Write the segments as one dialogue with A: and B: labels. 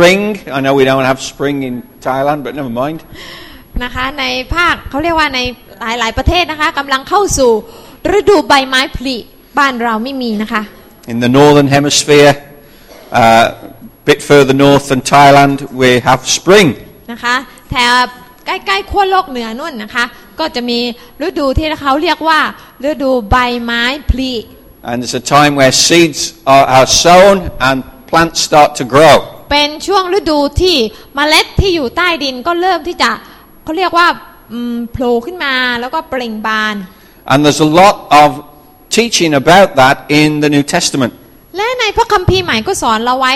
A: spring. I know we don't have spring in Thailand, but never mind.
B: นะคะในภาคเขาเรียกว่าในหลาย ๆ ประเทศนะคะกำลังเข้าสู่ฤดูใบไม้ผลิบ้านเราไม่มีนะคะ
A: In the northern hemisphere, a bit further north than Thailand, we have spring.
B: นะคะแถบใกล้ๆขั้วโลกเหนือนู่นนะคะ ก็จะมีฤดูที่เขาเรียกว่าฤดูใบไม้ผลิ
A: And it's a time where seeds are, are sown and plants start to grow.
B: เป็นช่วงฤดูที่เมล็ดที่อยู่ใต้ดินก็เริ่มที่จะเขาเรียกว่าอืมโผล่ขึ้นมาแล้วก็เปล่งบาน
A: And there's a lot of teaching about that in the New Testament.
B: และในพระคัมภีร์ใหม่ก็สอนเราไว้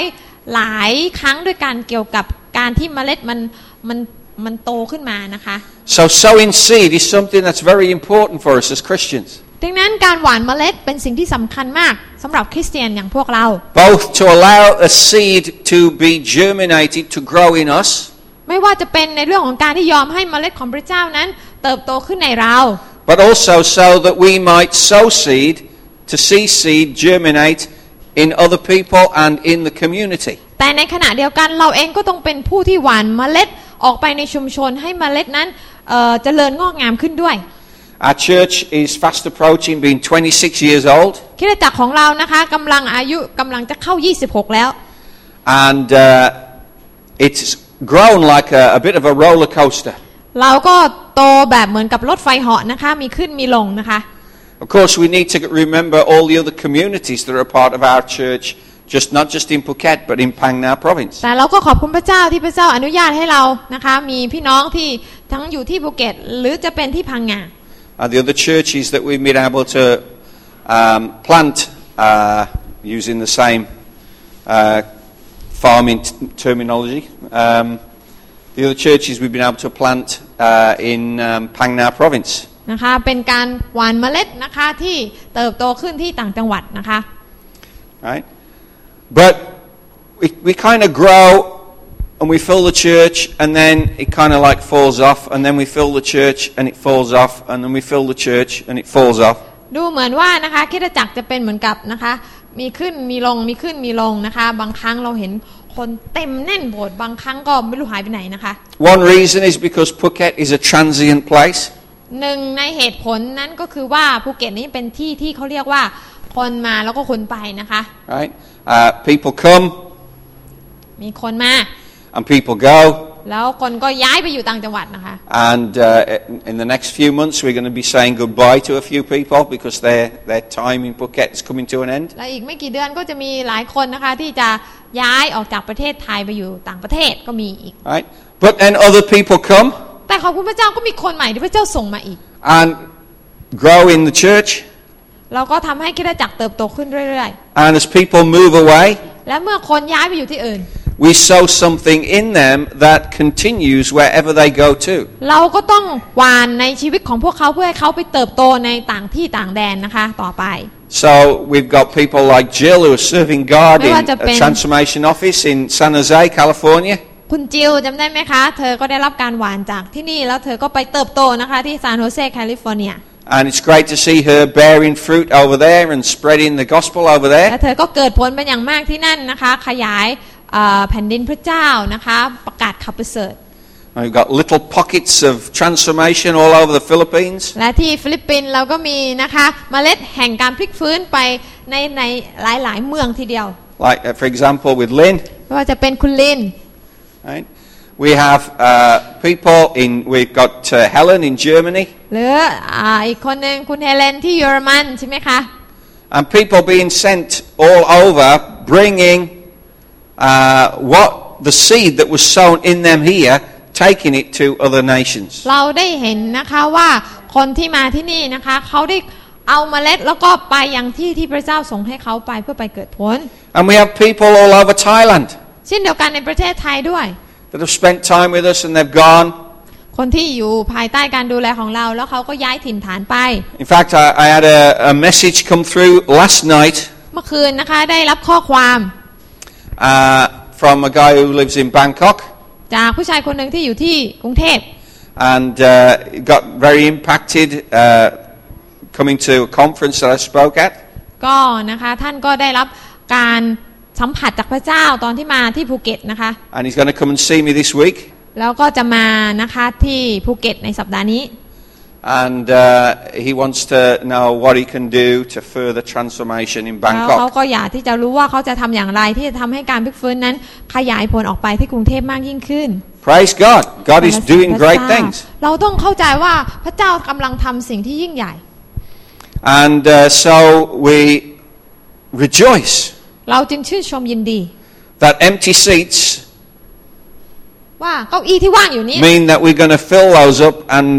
B: หลายครั้งด้วยการเกี่ยวกับการที่เมล็ดมันมันมันโตขึ้นมานะคะ
A: So, sowing seed is something that's very important for us as Christians,
B: ดังนั้นการหว่านเมล็ดเป็นสิ่งที่สำคัญมากสำหรับคริสเตียนอย่างพวกเรา
A: both to allow a seed to be germinated, to grow in us,
B: ไม่ว่าจะเป็นในเรื่องของการที่ยอมให้เมล็ดของพระเจ้านั้น เติบโตขึ้นในเรา
A: but also so that we might sow seed to see seed germinate in other people and in the community.
B: แต่ในขณะเดียวกันเราเองก็ต้องเป็นผู้ที่หว่านเมล็ดออกไปในชุมชนให้เมล็ดนั้นเอ่อเจริญงอกงามขึ้นด้วย
A: Our church is fast approaching being 26 years old,
B: คริสตจักรของเรานะคะกำลังอายุกำลังจะเข้า 26 แล้ว
A: and uh, it's grown like a, a bit of a roller coaster.
B: เราก็โตแบบเหมือนกับรถไฟเหาะนะคะ มีขึ้นมีลงนะคะ
A: Of course, we need to remember all the other communities that are a part of our church, just not just in Phuket, but in Phang Nga province.
B: แต่เราก็ขอบคุณพระเจ้าที่พระเจ้าอนุญาตให้เรานะคะ มีพี่น้องที่ทั้งอยู่ที่ภูเก็ต หรือจะเป็นที่พังงา
A: And the other churches that we've been able to um, plant uh, using the same uh, farming t- terminology. Um, the other churches we've been able to plant uh, in um, Phang Nga province.
B: นะคะ เป็นการหว่านเมล็ดนะคะที่เติบโตขึ้นที่ต่างจังหวัดนะคะ
A: right? But we, we kind of grow and we fill the church, and then it kind of like falls off, and then we fill the church and it falls off, and then we fill the church and it falls off.
B: ดูเหมือนว่านะคะคริดจักรจะเป็นเหมือนกับนะคะ มีขึ้นมีลงมีขึ้นมีลงนะคะ บางครั้งเราเห็นคนเต็มแน่นโบสถ์บางครั้งก็ไม่รู้หายไปไหนนะคะ
A: One reason is because Phuket is a transient place,
B: หนึ่งในเหตุผลนั้นก็คือว่าภูเก็ตนี้เป็นที่ที่เขาเรียกว่าคนมาแล้วก็คนไปนะคะ
A: right? Uh, people come
B: มีคนมา
A: and people go,
B: แล้วคนก็ย้ายไปอยู่ต่างจังหวัดนะคะ
A: and uh, in- in the next few months we're going to be saying goodbye to a few people because their, their time in Phuket is coming to an end.
B: และอีกไม่กี่เดือนก็จะมีหลายคนนะคะ ที่จะย้ายออกจากประเทศไทยไปอยู่ต่างประเทศก็มีอีก
A: Right? But then other people come
B: แต่ขอบคุณพระเจ้าก็มีคนใหม่ที่พระเจ้าส่งมาอีก
A: and grow in the church.
B: เราก็ทำให้คริดจักรเติบโตขึ้นเรื่อย
A: And as people move away,
B: ๆ และเมื่อคนย้ายไปอยู่ที่อื่น
A: we sow something in them that continues wherever they go to.
B: เราก็ต้องหวานในชีวิตของพวกเขาเพื่อให้เขาไปเติบโตในต่างที่ต่างแดนนะคะต่อไป
A: So we've got people like Jill who are serving God in
B: Mevrouw Japan.
A: a transformation office in San Jose, California.
B: คุณจิวจำได้ไหมคะ เธอก็ได้รับการหวานจากที่นี่ แล้วเธอก็ไปเติบโตนะคะ ที่ซานโฮเซแคลิฟอร์เนีย
A: And it's great to see her bearing fruit over there and spreading the gospel over
B: และ
A: there.
B: เธอก็เกิดผลเป็นอย่างมากที่นั่นนะคะ ขยายเอ่อแผ่นดินพระเจ้านะคะ ประกาศข่าวประเสริฐ
A: And we've got little pockets of transformation all over the Philippines.
B: และที่ฟิลิปปินส์เราก็มีนะคะเมล็ดแห่งการพลิกฟื้นไปในในหลายๆ เมืองทีเดียว
A: Like, uh, for example, with Lynn.
B: ไม่ว่าจะเป็นคุณลิน
A: Right? We have uh, people in, we've got uh, Helen in Germany.
B: หรืออาอีกคนหนึ่งคุณเฮเลนที่เยอรมันใช่ไหมคะ
A: And people being sent all over bringing uh, what the seed that was sown in them here, taking it to other nations.
B: เราได้เห็นนะคะว่าคนที่มาที่นี่นะคะเขาได้เอาเมล็ดแล้วก็ไปยังที่ที่พระเจ้าส่งให้เขาไปเพื่อไปเกิดผล
A: And we have people all over Thailand
B: เช่นเดียวกันในประเทศไทยด้วย
A: that have spent time with us and they've gone.
B: คนที่อยู่ภายใต้การดูแลของเรา แล้วเขาก็ย้ายถิ่นฐานไป
A: In fact, I, I had a, a message come through last night
B: เมื่อคืนนะคะได้รับข้อความ
A: uh, from a guy who lives in Bangkok
B: จากผู้ชายคนหนึ่งที่อยู่ที่กรุงเทพ
A: and uh, got very impacted uh, coming to a conference that I spoke at.
B: ก็นะคะท่านก็ได้รับการ สัมผัสจากพระเจ้าตอนที่มาที่ภูเก็ตนะคะ
A: And he's going to come and see me this week.
B: แล้วก็จะมานะคะที่ภูเก็ตในสัปดาห์นี้
A: And uh, he wants to know what he can do to further transformation in
B: แล้วเขา
A: Bangkok.
B: ก็อยากที่จะรู้ว่าเขาจะทำอย่างไรที่จะทำให้การพลิกฟื้นนั้น ขยายผลออกไปที่กรุงเทพมากยิ่งขึ้น
A: Praise God. God is
B: ขอบคุณ
A: doing
B: พระ
A: great
B: เจ้า
A: things.
B: เราต้องเข้าใจว่าพระเจ้ากำลังทำสิ่งที่ยิ่งใหญ่
A: And uh, so we rejoice
B: เราจึงชื่นชมยินดี
A: that empty seats
B: ว่าเก้าอี้ที่ว่างอยู่นี้
A: mean that we're going to fill those up and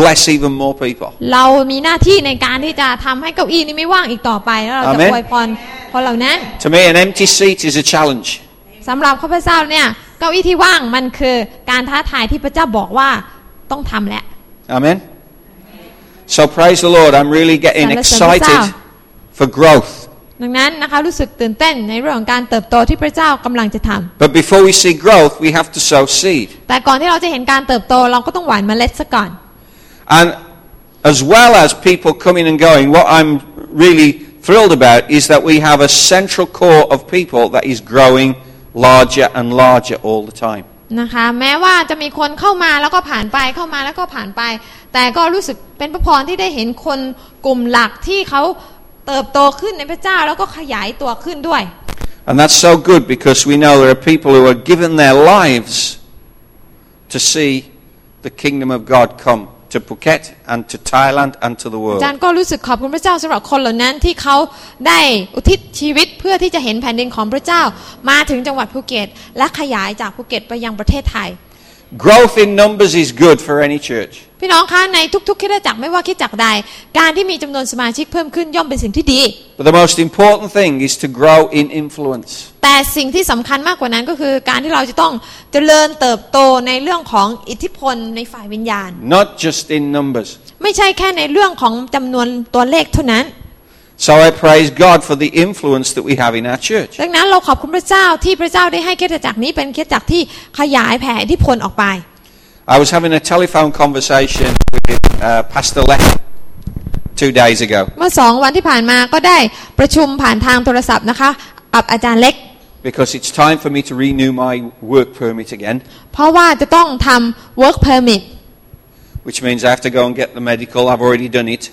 A: bless even more people.
B: เรามีหน้าที่ในการที่จะทำให้เก้าอี้นี้ไม่ว่างอีกต่อไปแล้วเราจะ
A: Amen
B: อวยพรคนเหล่านั้น
A: To me, an empty seat is a challenge.
B: สำหรับข้าพเจ้าเนี่ยเก้าอี้ที่ว่างมันคือการท้าทายที่พระเจ้าบอกว่าต้องทำแหละ
A: Amen. So praise the Lord. I'm really getting
B: Sana sana
A: excited
B: sao?
A: for growth.
B: ดังนั้นนะคะรู้สึกตื่นเต้นในเรื่องของการเติบโตที่พระเจ้ากำลังจะทำ
A: But before we see growth, we have to sow seed.
B: แต่ก่อนที่เราจะเห็นการเติบโตเราก็ต้องหว่านเมล็ดซะก่อน
A: And as well as people coming and going, what I'm really thrilled about is that we have a central core of people that is growing larger and larger all the time.
B: นะคะแม้ว่าจะมีคนเข้ามาแล้วก็ผ่านไปเข้ามาแล้วก็ผ่านไป แต่ก็รู้สึกเป็นพระพรที่ได้เห็นคนกลุ่มหลักที่เขาเติบโตขึ้นในพระเจ้าแล้วก็ขยายตัวขึ้นด้วย
A: And that's so good because we know there are people who are giving their lives to see the kingdom of God come to Phuket and to Thailand and to the
B: อา
A: world.
B: จารย์ก็รู้สึกขอบคุณพระเจ้าสำหรับคนเหล่านั้นที่เขาได้อุทิศชีวิตเพื่อที่จะเห็นแผ่นดินของพระเจ้า มาถึงจังหวัดภูเก็ต และขยายจากภูเก็ตไปยังประเทศไทย
A: Growth in numbers is good for any church.
B: พี่น้องคะในทุกๆคริดจักรไม่ว่าคริดจักรใด การที่มีจำนวนสมาชิกเพิ่มขึ้นย่อมเป็นสิ่งที่ดี
A: But the most important thing is to grow in influence.
B: แต่สิ่งที่สำคัญมากกว่านั้นก็คือการที่เราจะต้องเจริญเติบโตในเรื่องของอิทธิพลในฝ่ายวิญญาณ
A: not just in numbers.
B: ไม่ใช่แค่ในเรื่องของจำนวนตัวเลขเท่านั้น
A: So I praise God for the influence that we have in our church.
B: ดังนั้นเราขอบคุณพระเจ้าที่พระเจ้าได้ให้คริดจักรนี้เป็นคริดจักรที่ขยายแผ่อิทธิพลออกไป
A: I was having a telephone conversation with uh, Pastor Lech two days ago
B: เมื่อสองวันที่ผ่านมาก็ได้ประชุมผ่านทางโทรศัพท์นะคะกับอาจารย์เล็ก
A: because it's time for me to renew my work permit again,
B: เพราะว่าจะต้องทำ work permit
A: which means I have to go and get the medical. I've already done it,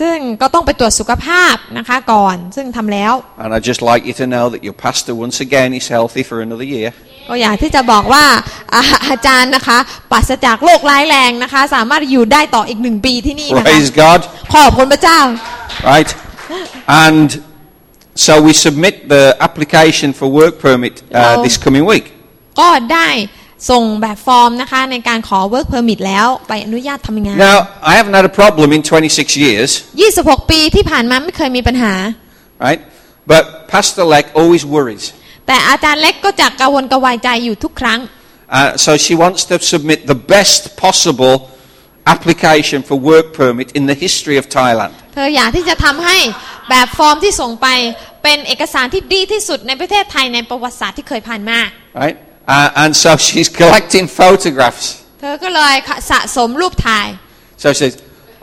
B: ซึ่งก็ต้องไปตรวจสุขภาพนะคะก่อน ซึ่งทำแล้ว
A: and I'd just like you to know that your pastor once again is healthy for another year.
B: ก็อยากที่จะบอกว่า อาอาจารย์นะคะปราศจากโรคร้ายแรงนะคะ สามารถอยู่ได้ต่ออีกหนึ่งปีที่นี่นะคะ
A: Praise God.
B: ขอบคุณพระเจ้า
A: right? And so we submit the application for work permit uh,
B: No.
A: this coming week.
B: ก็ได้ส่งแบบฟอร์มนะคะ ในการขอ work permit แล้วไปอนุญาตทำงาน
A: Now, I haven't had a problem in 26 years,
B: 26 ปีที่ผ่านมาไม่เคยมีปัญหา
A: right? But Pastor Leck always worries.
B: แต่อาจารย์เล็กก็จะกระวนกระวายใจอยู่ทุกครั้ง
A: Uh, so she wants to submit the best possible application for work permit in the history of Thailand.
B: เธออยากที่จะทำให้แบบฟอร์มที่ส่งไปเป็นเอกสารที่ดีที่สุดในประเทศไทยในประวัติศาสตร์ที่เคยผ่านมา
A: Right? Uh, and so she's collecting photographs.
B: เธอก็เลยสะสมรูปถ่าย
A: So she says,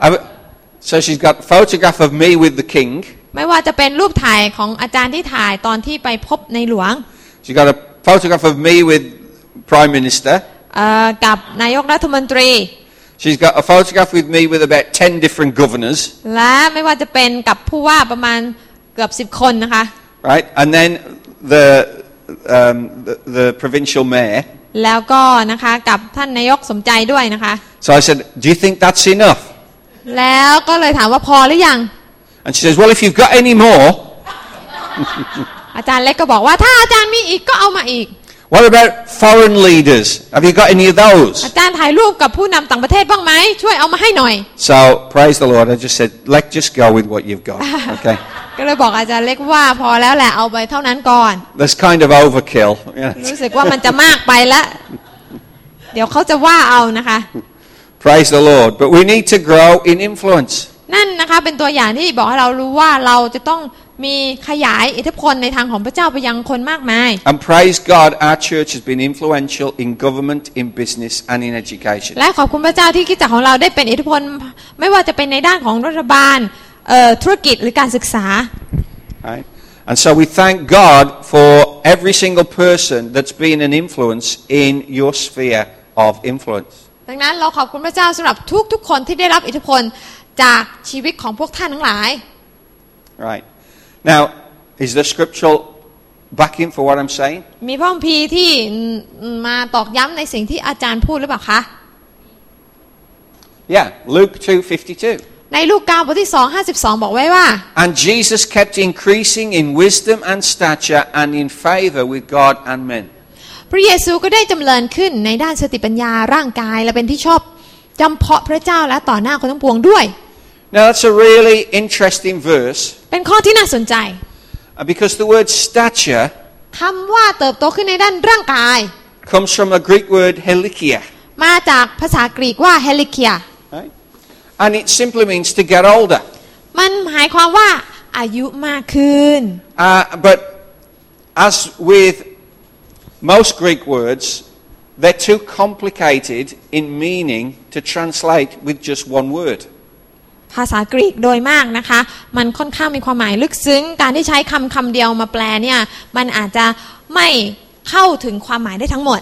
A: I w- so she's got a photograph of me with the king.
B: ไม่ว่าจะเป็นรูปถ่ายของอาจารย์ที่ถ่ายตอนที่ไปพบในหลวง
A: She's got a photograph of me with prime minister.
B: เอ่อกับนายกรัฐมนตรี
A: She's got a photograph with me with about 10 different governors,
B: และไม่ว่าจะเป็นกับผู้ว่าประมาณเกือบ 10 คนนะคะ
A: right? And then the, um, the, the provincial mayor.
B: แล้วก็นะคะกับท่านนายกสมใจด้วยนะคะ
A: So I said, Do you think that's enough?
B: แล้วก็เลยถามว่าพอหรือยัง
A: And she says, Well, if you've got any more,
B: อาจารย์เล็กก็บอกว่าถ้าอาจารย์มีอีกก็เอามาอีก
A: what about foreign leaders? Have you got any of
B: อา
A: those?
B: จารย์ถ่ายรูปกับผู้นำต่างประเทศบ้างไหมช่วยเอามาให้หน่อย
A: So praise the Lord. I just said, Let just go with what you've got. Okay.
B: ก็เลยบอกอาจารย์เล็กว่าพอแล้วแหละเอาไปเท่านั้นก่อน
A: That's kind of overkill. yeah.
B: รู้สึกว่ามันจะมากไปละเดี๋ยวเขาจะว่าเอานะคะ
A: Praise the Lord. But we need to grow in influence.
B: นั่นนะคะเป็นตัวอย่างที่บอกให้เรารู้ว่าเราจะต้องมีขยายอิทธิพลในทางของพระเจ้าไปยังคนมากมาย
A: And praise God, our church has been influential in government, in business, and in education.
B: และขอบคุณพระเจ้าที่กิจจักรของเราได้เป็นอิทธิพล ไม่ว่าจะเป็นในด้านของรัฐบาลเอ่อธุรกิจหรือการศึกษา
A: Right? And so we thank God for every single person that's been an influence in your sphere of influence.
B: ดังนั้นเราขอบคุณพระเจ้าสำหรับทุกๆคนที่ได้รับอิทธิพลจากชีวิตของพวกท่านทั้งหลาย
A: Right. Now, is there scriptural backing for what I'm saying?
B: มีพระคัมภีร์ที่อืมมาตอกย้ำในสิ่งที่อาจารย์พูดหรือเปล่าคะ
A: Yeah, Luke 2:52.
B: ในลูกกาบทที่ 2 52 บอกไว้ว่า
A: And Jesus kept increasing in wisdom and stature and in favor with God and men.
B: พระเยซูก็ได้จำเริญขึ้นในด้านสติปัญญาร่างกายและเป็นที่ชอบจำเพาะพระเจ้าและต่อหน้าคนทั้งปวงด้วย
A: Now that's a really interesting verse
B: เป็นข้อที่น่าสนใจ
A: uh, because the word stature
B: คำว่าเติบโตขึ้นในด้านร่างกาย
A: comes from a Greek word helikia,
B: มาจากภาษากรีกว่าเฮลิเคีย
A: right? And it simply means to get older.
B: มันหมายความว่าอายุมากขึ้น
A: Uh, but as with most Greek words, they're too complicated in meaning to translate with just one word.
B: ภาษากรีกโดยมากนะคะ มันค่อนข้างมีความหมายลึกซึ้ง การที่ใช้คำคำเดียวมาแปลเนี่ย มันอาจจะไม่เข้าถึงความหมายได้ทั้งหมด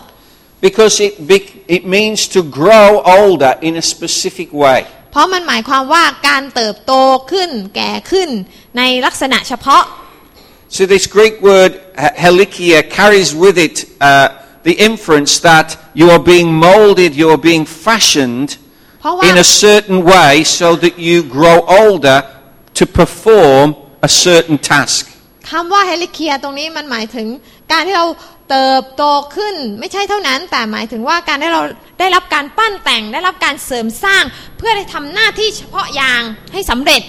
A: Because it, be- it means to grow older in a specific way.
B: เพราะมันหมายความว่าการเติบโตขึ้น แก่ขึ้น ในลักษณะเฉพาะ
A: So this Greek word uh, helikia carries with it uh, the inference that you are being molded, you are being fashioned
B: Paula.
A: in a certain way so that you grow older to perform a certain task.
B: คำว่าเฮลิเคียตรงนี้มันหมายถึงการที่เราเติบโตขึ้นไม่ใช่เท่านั้น แต่หมายถึงว่าการที่เราได้รับการปั้นแต่งได้รับการเสริมสร้าง เพื่อได้ทำหน้าที่เฉพาะอย่างให้สำเร็จ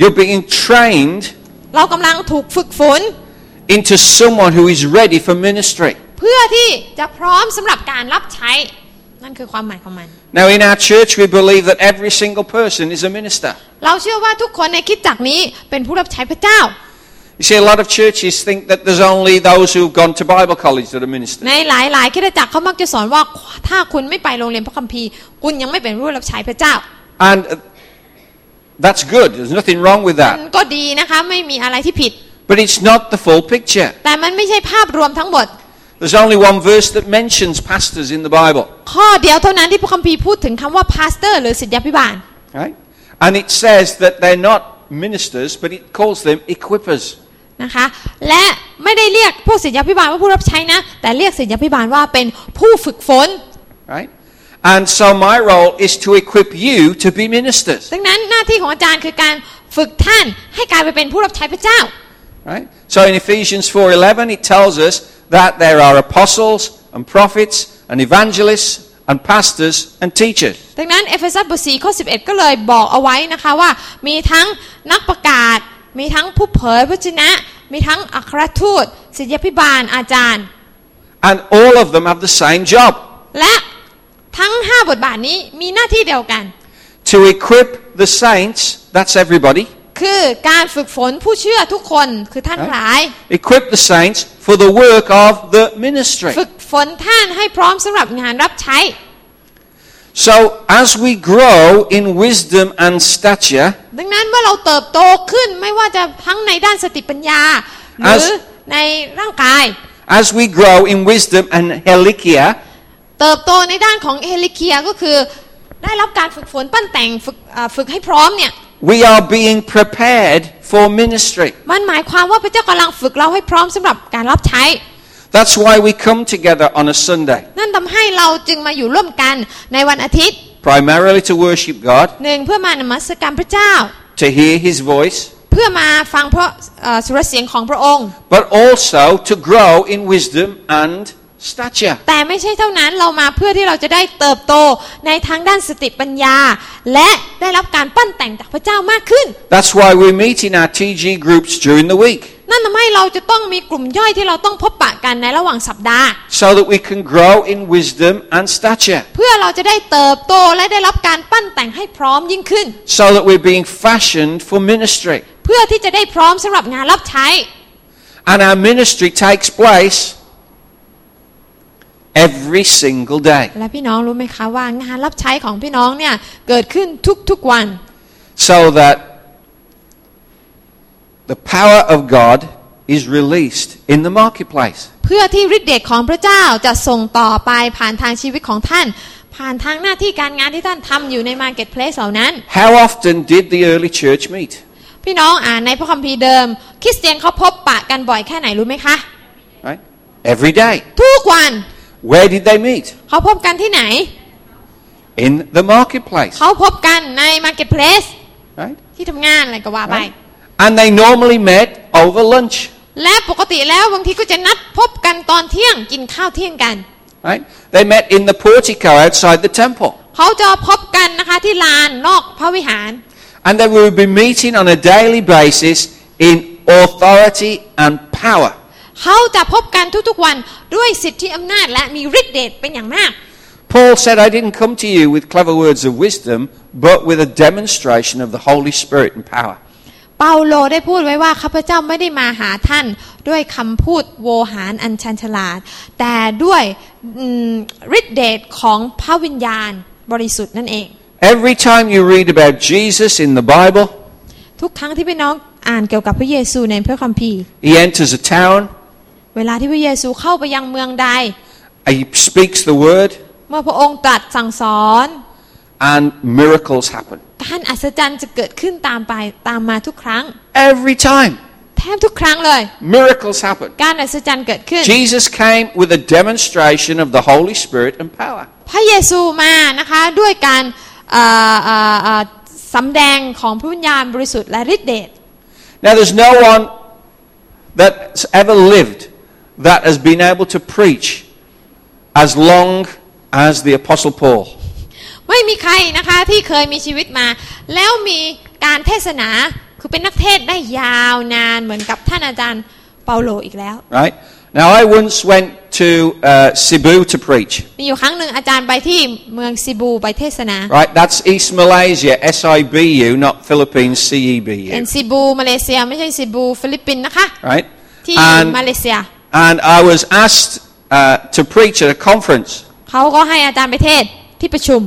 A: You're being trained
B: เรากำลังถูกฝึกฝน
A: into someone who is ready for ministry.
B: เพื่อที่จะพร้อมสำหรับการรับใช้ นั่นคือความหมายของมัน
A: Now, in our church, we believe that every single person is a minister.
B: เราเชื่อว่าทุกคนในคริดจักรนี้เป็นผู้รับใช้พระเจ้า
A: You see, a lot of churches think that there's only those who've gone to Bible college that are ministers.
B: ในหลาย ๆคริดจักรเขามักจะสอนว่าถ้าคุณไม่ไปโรงเรียนพระคัมภีร์ คุณยังไม่เป็นผู้รับใช้พระเจ้า
A: And uh, that's good, there's nothing wrong with
B: มัน
A: that.
B: ก็ดีนะคะไม่มีอะไรที่ผิด
A: But it's not the full picture.
B: แต่มันไม่ใช่ภาพรวมทั้งหมด
A: There's only one verse that mentions pastors in the Bible,
B: ข้อเดียวเท่านั้นที่พระคัมภีร์พูดถึงคำว่าพาสเตอร์ หรือศิทธยาภิบาล
A: right? And it says that they're not ministers, but it calls them equippers.
B: นะคะ และไม่ได้เรียกพวกศิทธยาภิบาลว่าผู้รับใช้นะ แต่เรียกศิทธยาภิบาลว่าเป็นผู้ฝึกฝน
A: right? And so my role is to equip you to be ministers,
B: ดังนั้นหน้าที่ของอาจารย์คือการฝึกท่านให้กลายไปเป็นผู้รับใช้พระเจ้า
A: right? So in Ephesians 4:11 it tells us that there are apostles and prophets and evangelists and pastors and teachers.
B: ดังนั้นเอเฟซัสบทสี่ข้อ11 ก็เลยบอกเอาไว้นะคะว่า มีทั้งนักประกาศ มีทั้งผู้เผยพระชนะ มีทั้งอัครทูตศิทธยาภิบาลอาจารย์
A: And all of them have the same job,
B: และทั้ง 5 บทบาทนี้มีหน้าที่เดียวกัน
A: to equip the saints, that's everybody.
B: คือการฝึกฝนผู้เชื่อทุกคนคือท่านหลาย
A: Equip the saints for the work of the ministry.
B: ฝึกฝนท่านให้พร้อมสำหรับงานรับใช้
A: So as we grow in wisdom and stature,
B: ดังนั้นเมื่อเราเติบโตขึ้นไม่ว่าจะทั้งในด้านสติปัญญา หรือ
A: As-
B: ในร่างกาย
A: as we grow in wisdom and helikia,
B: เติบโตในด้านของเฮลิเคียก็คือ ได้รับการฝึกฝนปั้นแต่งฝึกอ่าฝึกให้พร้อมเนี่ย
A: We are being prepared for ministry.
B: มันหมายความว่าพระเจ้ากำลังฝึกเราให้พร้อมสำหรับการรับใช้
A: That's why we come together on a Sunday,
B: นั่นทำให้เราจึงมาอยู่ร่วมกันในวันอาทิตย์
A: primarily to worship God,
B: หนึ่งเพื่อมานมัสการพระเจ้า
A: to hear His voice,
B: เพื่อมาฟังเพราะเอ่อสุรเสียงของพระองค์
A: but also to grow in wisdom and stature.
B: แต่ไม่ใช่เท่านั้นเรามาเพื่อที่เราจะได้เติบโตในทางด้านสติปัญญา และได้รับการปั้นแต่งจากพระเจ้ามากขึ้น
A: That's why we meet in our TG groups during the week,
B: นั่นทำให้เราจะต้องมีกลุ่มย่อยที่เราต้องพบปะกันในระหว่างสัปดาห์
A: so that we can grow in wisdom and stature,
B: เพื่อเราจะได้เติบโตและได้รับการปั้นแต่งให้พร้อมยิ่งขึ้น
A: so that we're being fashioned for ministry.
B: เพื่อที่จะได้พร้อมสำหรับงานรับใช้
A: And our ministry takes place every single day.
B: และพี่น้องรู้ไหมคะว่างานรับใช้ของพี่น้องเนี่ยเกิดขึ้นทุกๆวัน
A: so that the power of God is released in the marketplace.
B: เพื่อที่ฤทธิ์เดชของพระเจ้าจะส่งต่อไปผ่านทางชีวิตของท่าน ผ่านทางหน้าที่การงานที่ท่านทำอยู่ในมาร์เก็ตเพลสเหล่านั้น
A: How often did the early church meet?
B: พี่น้องอ่านในพระคัมภีร์เดิม คริสเตียนเขาพบปะกันบ่อยแค่ไหนรู้ไหมคะ
A: Right? Every day.
B: ทุกวัน
A: Where did they meet?
B: เขาพบกันที่ไหน
A: In the marketplace.
B: เขาพบกันในมาร์เก็ตเพลส
A: Right?
B: ที่ทำงานอะไรก็ว่าไป
A: Right? And they normally met over lunch.
B: และปกติแล้วบางทีก็จะนัดพบกันตอนเที่ยงกินข้าวเที่ยงกัน
A: Right? They met in the portico outside the temple.
B: เขาจะพบกันนะคะที่ลานนอกพระวิหาร
A: And they would be meeting on a daily basis in authority and power.
B: เขาจะพบกันทุกๆวันด้วยสิทธิอำนาจและมีฤทธิ์เดชเป็นอย่างมาก
A: Paul said, I didn't come to you with clever words of wisdom, but with a demonstration of the Holy Spirit and power.
B: เปาโลได้พูดไว้ว่าข้าพเจ้าไม่ได้มาหาท่านด้วยคำพูดโวหารอันชันฉลาด แต่ด้วยอืมฤทธิเดชของพระวิญญาณบริสุทธิ์นั่นเอง
A: Every time you read about Jesus in the Bible,
B: ทุกครั้งที่พี่น้องอ่านเกี่ยวกับพระเยซูในพระคัมภีร์
A: he enters a town,
B: เวลาที่พระเยซูเข้าไปยังเมืองใด
A: he speaks the word,
B: เมื่อพระองค์ตรัสสั่งสอน
A: and miracles happen.
B: การอัศจรรย์จะเกิดขึ้นตามไปตามมาทุกครั้ง
A: Every time,
B: แทบทุกครั้งเลย
A: miracles happen.
B: การอัศจรรย์เกิดขึ้น
A: Jesus came with a demonstration of the Holy Spirit and power.
B: พระเยซูมานะคะด้วยการเอ่อเอ่อเอ่อสำแดงของพระวิญญาณบริสุทธิ์และฤทธิเดช
A: Now, there's no one that's ever lived that has been able to preach as long as the Apostle Paul.
B: ไม่มีใครนะคะที่เคยมีชีวิตมา แล้วมีการเทศนาคือเป็นนักเทศน์ได้ยาวนานเหมือนกับท่านอาจารย์เปาโลอีกแล้ว
A: Right? Now, I once went to uh, Cebu to preach.
B: มีอยู่ครั้งหนึ่งอาจารย์ไปที่เมืองซิบูไปเทศนา
A: Right? That's East Malaysia, S I B U, not Philippines, C E B
B: เป็น
A: U.
B: ซิบูมาเลเซียไม่ใช่ซิบูฟิลิปปินส์นะคะ
A: Right?
B: ที่มาเล
A: And,
B: เซีย
A: and I was asked uh, to preach at a conference.
B: เขาก็ให้อาจารย์ไปเทศน์ที่ประชุม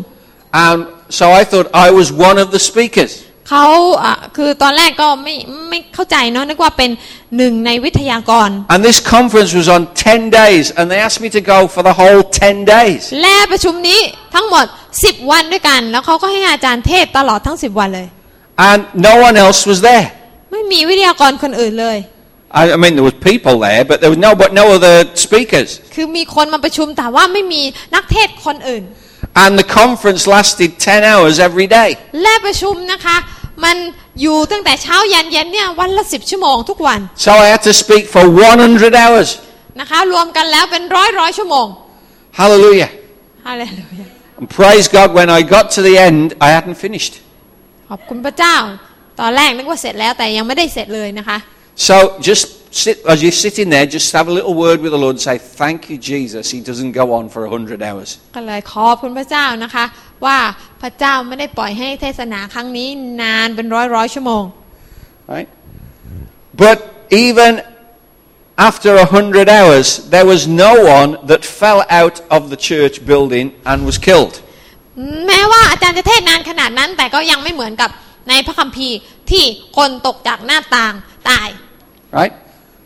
A: And so I thought I was one of the speakers.
B: เขาอ่ะคือตอนแรกก็ไม่ไม่เข้าใจเนอะนึกว่าเป็นหนึ่งในวิทยากร
A: And this conference was on 10 days, and they asked me to go for the whole 10 days.
B: และประชุมนี้ทั้งหมด 10 วันด้วยกัน แล้วเขาก็ให้อาจารย์เทศตลอดทั้ง 10 วันเลย
A: And no one else was there.
B: ไม่มีวิทยากรคนอื่นเลย
A: I, I mean, there was people there, but there was no, but no other speakers.
B: คือมีคนมาประชุมแต่ว่าไม่มีนักเทศคนอื่น
A: And the conference lasted 10 hours every day.
B: และประชุมนะคะ มันอยู่ตั้งแต่เช้ายันเย็นเนี่ยวันละ 10 ชั่วโมงทุกวัน
A: So I had to speak for 100 hours.
B: นะคะ รวมกันแล้วเป็นร้อยร้อยชั่วโมง
A: Hallelujah.
B: อะไรเลย
A: And praise God, when I got to the end, I hadn't finished.
B: ขอบคุณพระเจ้า ตอนแรกนึกว่าเสร็จแล้วแต่ยังไม่ได้เสร็จเลยนะคะ
A: So just sit, as you're sitting there, just have a little word with the Lord and say, Thank you, Jesus. He doesn't go on for 100 hours.
B: ก็เลยขอบคุณพระเจ้านะคะ ว่าพระเจ้าไม่ได้ปล่อยให้เทศนาครั้งนี้นานเป็นร้อยร้อยชั่วโมง
A: Right? But even after a hundred hours, there was no one that fell out of the church building and was killed.
B: แม้ว่าอาจารย์จะเทศนานขนาดนั้น แต่ก็ยังไม่เหมือนกับในพระคัมภีร์ที่คนตกจากหน้าต่างตาย
A: Right?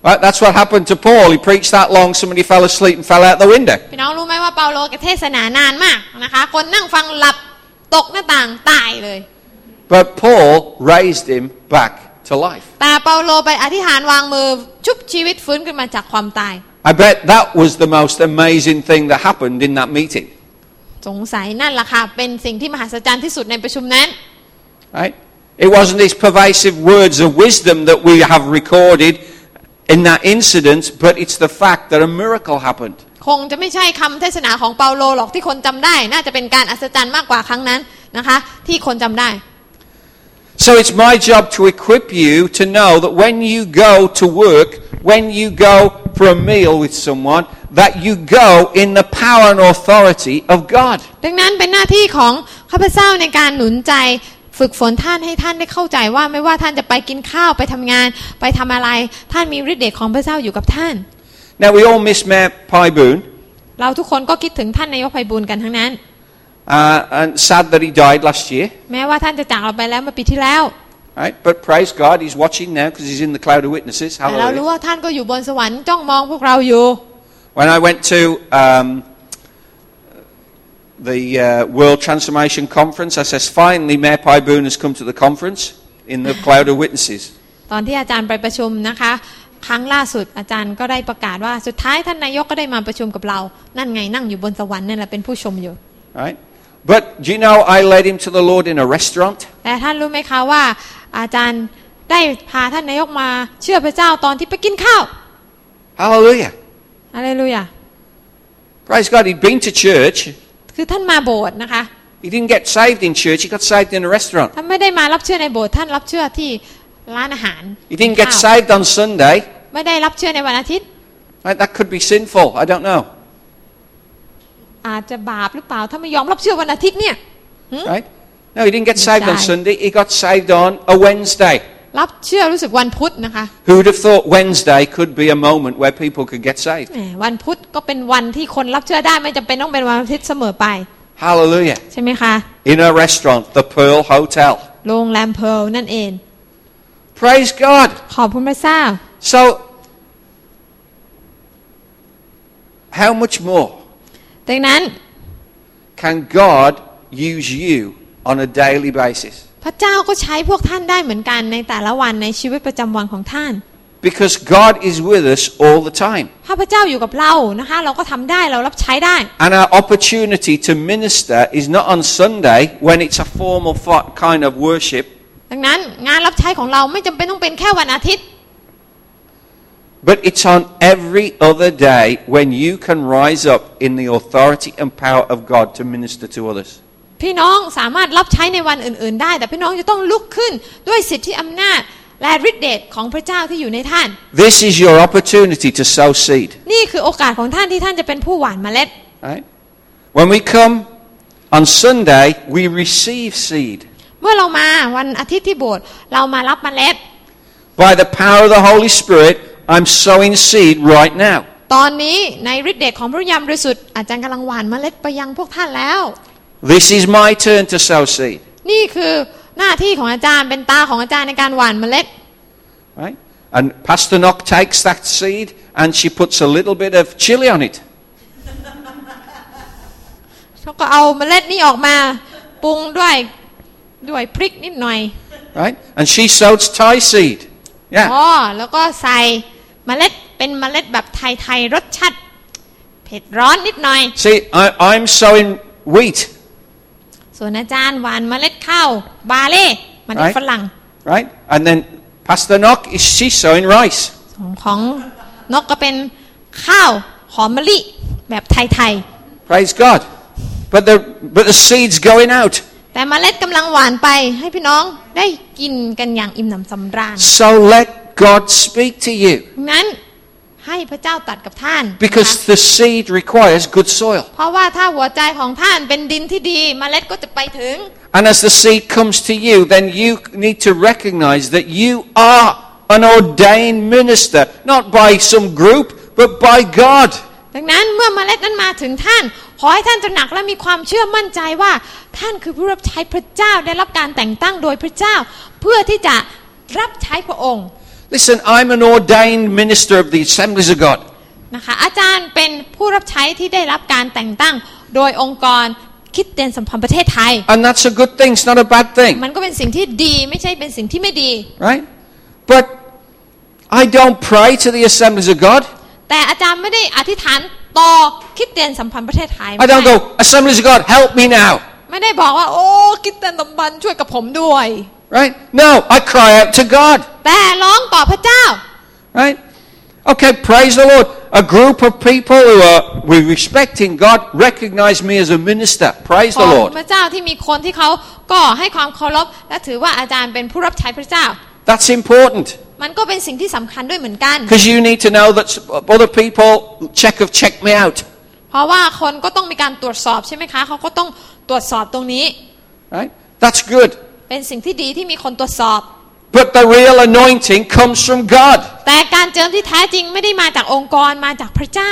A: Right? That's what happened to Paul. He preached that long, somebody fell asleep and fell out the window.
B: พี่น้องรู้ไหมว่าเปาโลแกเทศนานานมากนะคะ คนนั่งฟังหลับตกหน้าต่างตายเลย
A: But Paul raised him back to life.
B: แต่เปาโลไปอธิษฐานวางมือชุบชีวิตฟื้นขึ้นมาจากความตาย
A: I bet that was the most amazing thing that happened in that meeting.
B: สงสัยนั่นแหละค่ะเป็นสิ่งที่มหัศจรรย์ที่สุดในประชุมนั้น
A: Right? It wasn't his pervasive words of wisdom that we have recorded in that incident, but it's the fact that a miracle happened.
B: คงจะไม่ใช่คำเทศนาของเปาโลหรอกที่คนจำได้ น่าจะเป็นการอัศจรรย์มากกว่าครั้งนั้นนะคะ ที่คนจำได้
A: So it's my job to equip you to know that when you go to work, when you go for a meal with someone, that you go in the power and authority of God.
B: ดังนั้นเป็นหน้าที่ของข้าพเจ้าในการหนุนใจฝึกฝนท่านให้ท่านได้เข้าใจว่าไม่ว่าท่านจะไปกินข้าวไปทำงาน ไปทำอะไร ท่านมีฤทธิ์เดชของพระเจ้าอยู่กับท่าน
A: Now we all miss Mayor Pai Boon,
B: เราทุกคนก็คิดถึงท่านนายกไพบูลย์กันทั้งนั้น
A: uh, and sad that he died last year.
B: แม้ว่าท่านจะจากเราไปแล้วเมื่อปีที่แล้ว
A: right? Right? But praise God, He's watching now because He's in the cloud of witnesses.
B: แต่เรารู้
A: Hallelujah.
B: ว่าท่านก็อยู่บนสวรรค์จ้องมองพวกเราอยู่
A: When I went to um, the uh, World Transformation Conference, I says, finally, Mayor Pai Boone has come to the conference in the cloud of witnesses.
B: ตอนที่อาจารย์ไปประชุมนะคะ ครั้งล่าสุดอาจารย์ก็ได้ประกาศว่าสุดท้ายท่านนายกก็ได้มาประชุมกับเรา นั่นไงนั่งอยู่บนสวรรค์นั่นแหละเป็นผู้ชมอยู่
A: Right? But do you know, I led him to the Lord in a restaurant.
B: แต่ท่านรู้ไหมคะว่า อาจารย์ได้พาท่านนายกมาเชื่อพระเจ้าตอนที่ไปกินข้าว
A: Hallelujah.
B: อะไรลูยา
A: Praise God, he'd been to church.
B: คือท่านมาโบสถ์นะคะ
A: He didn't get saved in church, he got saved in a restaurant.
B: ท่านไม่ได้มารับเชื่อในโบสถ์ท่านรับเชื่อที่ร้านอาหาร
A: He didn't get
B: ข้าว
A: saved on Sunday.
B: ไม่ได้รับเชื่อในวันอาทิตย์
A: Right, That could be sinful. I don't know.
B: อาจจะบาปหรือเปล่าถ้าไม่ยอมรับเชื่อวันอาทิตย์เนี่ย
A: Right? No, he didn't get saved on
B: died.
A: Sunday. He got saved on a Wednesday.
B: รับเชื่อรู้สึกวันพุธนะคะ
A: Who would have thought Wednesday could be a moment where people could get saved?
B: แหมวันพุธก็เป็นวันที่คนรับเชื่อได้ไม่จำเป็นต้องเป็นวันอาทิตย์เสมอไป
A: Hallelujah.
B: ใช่ไหมคะ
A: In a restaurant, the Pearl Hotel.
B: โรงแรมเพร์ลนั่นเอง
A: Praise God.
B: ขอบคุณพระเจ้า
A: So, how much more
B: ดังนั้น
A: can God use you on a daily basis?
B: พระเจ้าก็ใช้พวกท่านได้เหมือนกันในแต่ละวันในชีวิตประจำวันของท่าน
A: Because God is with us all the time.
B: ถ้าพระเจ้าอยู่กับเรานะคะ เราก็ทำได้เรารับใช้ได้
A: And our opportunity to minister is not on Sunday when it's a formal fo- kind of worship,
B: ดังนั้นงานรับใช้ของเราไม่จำเป็นต้องเป็นแค่วันอาทิตย์
A: but it's on every other day when you can rise up in the authority and power of God to minister to others.
B: พี่น้องสามารถรับใช้ในวันอื่น ๆ ได้ แต่พี่น้องจะต้องลุกขึ้นด้วยสิทธิอำนาจและฤทธิเดชของพระเจ้าที่อยู่ในท่าน
A: This is your opportunity to sow seed.
B: นี่คือโอกาสของท่านที่ท่านจะเป็นผู้หว่านเมล็ด
A: Right? When we come on Sunday, we receive seed
B: เมื่อเรามาวันอาทิตย์ที่โบสถ์เรามารับเมล็ด
A: by the power of the Holy Spirit. I'm sowing seed right now.
B: ตอนนี้ในฤทธิเดชของพระยามบริสุทธิ์อาจารย์กำลังหว่านเมล็ดไปยังพวกท่านแล้ว
A: This is my turn to sow seed.
B: นี่คือหน้าที่ของอาจารย์เป็นตาของอาจารย์ในการหว่านเมล็ด
A: Right? And Pastor Nock takes that seed and she puts a little bit of chili on it.
B: เขาก็เอาเมล็ดนี้ออกมาปรุงด้วยด้วยพริกนิดหน่อย
A: Right? And she sows Thai seed. Yeah.
B: อ๋อแล้วก็ใส่เมล็ดเป็นเมล็ดแบบไทยๆรสชาติเผ็ดร้อนนิดหน่อย
A: See, I, I'm sowing wheat.
B: ส่วนอาจารย์หวานเมล็ดข้าวบาเล่เมล็ด
A: Right.
B: ฝรั่ง
A: Right? And then Pastor Nock, is she sowing rice.
B: ของของนกก็เป็นข้าวหอมมะลิแบบไทย
A: Praise God. But the, but the seed's going out.
B: ๆ แต่เมล็ดกำลังหวานไปให้พี่น้องได้กินกันอย่างอิ่มหนำสำราญ
A: So let God speak to you.
B: นั้นให้พระเจ้าตัดกับท่านนะคะ
A: Because the seed requires good soil.
B: เพราะว่าถ้าหัวใจของท่านเป็นดินที่ดีเมล็ดก็จะไปถึง
A: And as the seed comes to you, then you need to recognize that you are an ordained minister, not by some group, but by God.
B: ดังนั้นเมื่อเมล็ดนั้นมาถึงท่าน ขอให้ท่านตระหนักและมีความเชื่อมั่นใจว่า ท่านคือผู้รับใช้พระเจ้าได้รับการแต่งตั้งโดยพระเจ้า เพื่อที่จะรับใช้พระองค์
A: Listen, I'm an ordained minister of the assemblies of God.
B: นะคะอาจารย์เป็นผู้รับใช้ที่ได้รับการแต่งตั้ง โดยองค์กรคริดเตียนสัมพันธ์ประเทศไทย
A: And that's a good thing, it's not a bad thing,
B: มันก็เป็นสิ่งที่ดีไม่ใช่เป็นสิ่งที่ไม่ดี
A: right? But I don't pray to the assemblies of God.
B: แต่อาจารย์ไม่ได้อธิษฐานต่อคริดเตียนสัมพันธ์ประเทศไทย
A: I
B: ไม่
A: don't
B: ได้
A: go, assemblies of God, help me now,
B: ไม่ได้บอกว่าโอ้คริดเตียนสัมพันธ์ช่วยกับผมด้วย
A: right? No, I cry out to God.
B: แต่ร้องต่อพระเจ้า
A: Right? Okay, praise the Lord. A group of people who are we respecting God recognize me as a minister. Praise
B: ข
A: the
B: อบคุ
A: Lord.
B: ณพระเจ้าที่มีคนที่เขาก็ให้ความเคารพและถือว่าอาจารย์เป็นผู้รับใช้พระเจ้า
A: That's important
B: มันก็เป็นสิ่งที่สำคัญด้วยเหมือนกัน
A: because you need to know that s- other people check have checked me out.
B: เพราะว่าคนก็ต้องมีการตรวจสอบใช่ไหมคะเขาก็ต้องตรวจสอบตรงนี้
A: Right? That's good.
B: เป็นสิ่งที่ดีที่มีคนตรวจสอบ
A: But the real anointing comes from God.
B: แต่การเจิมที่แท้จริงไม่ได้มาจากองค์กรมาจากพระเจ้า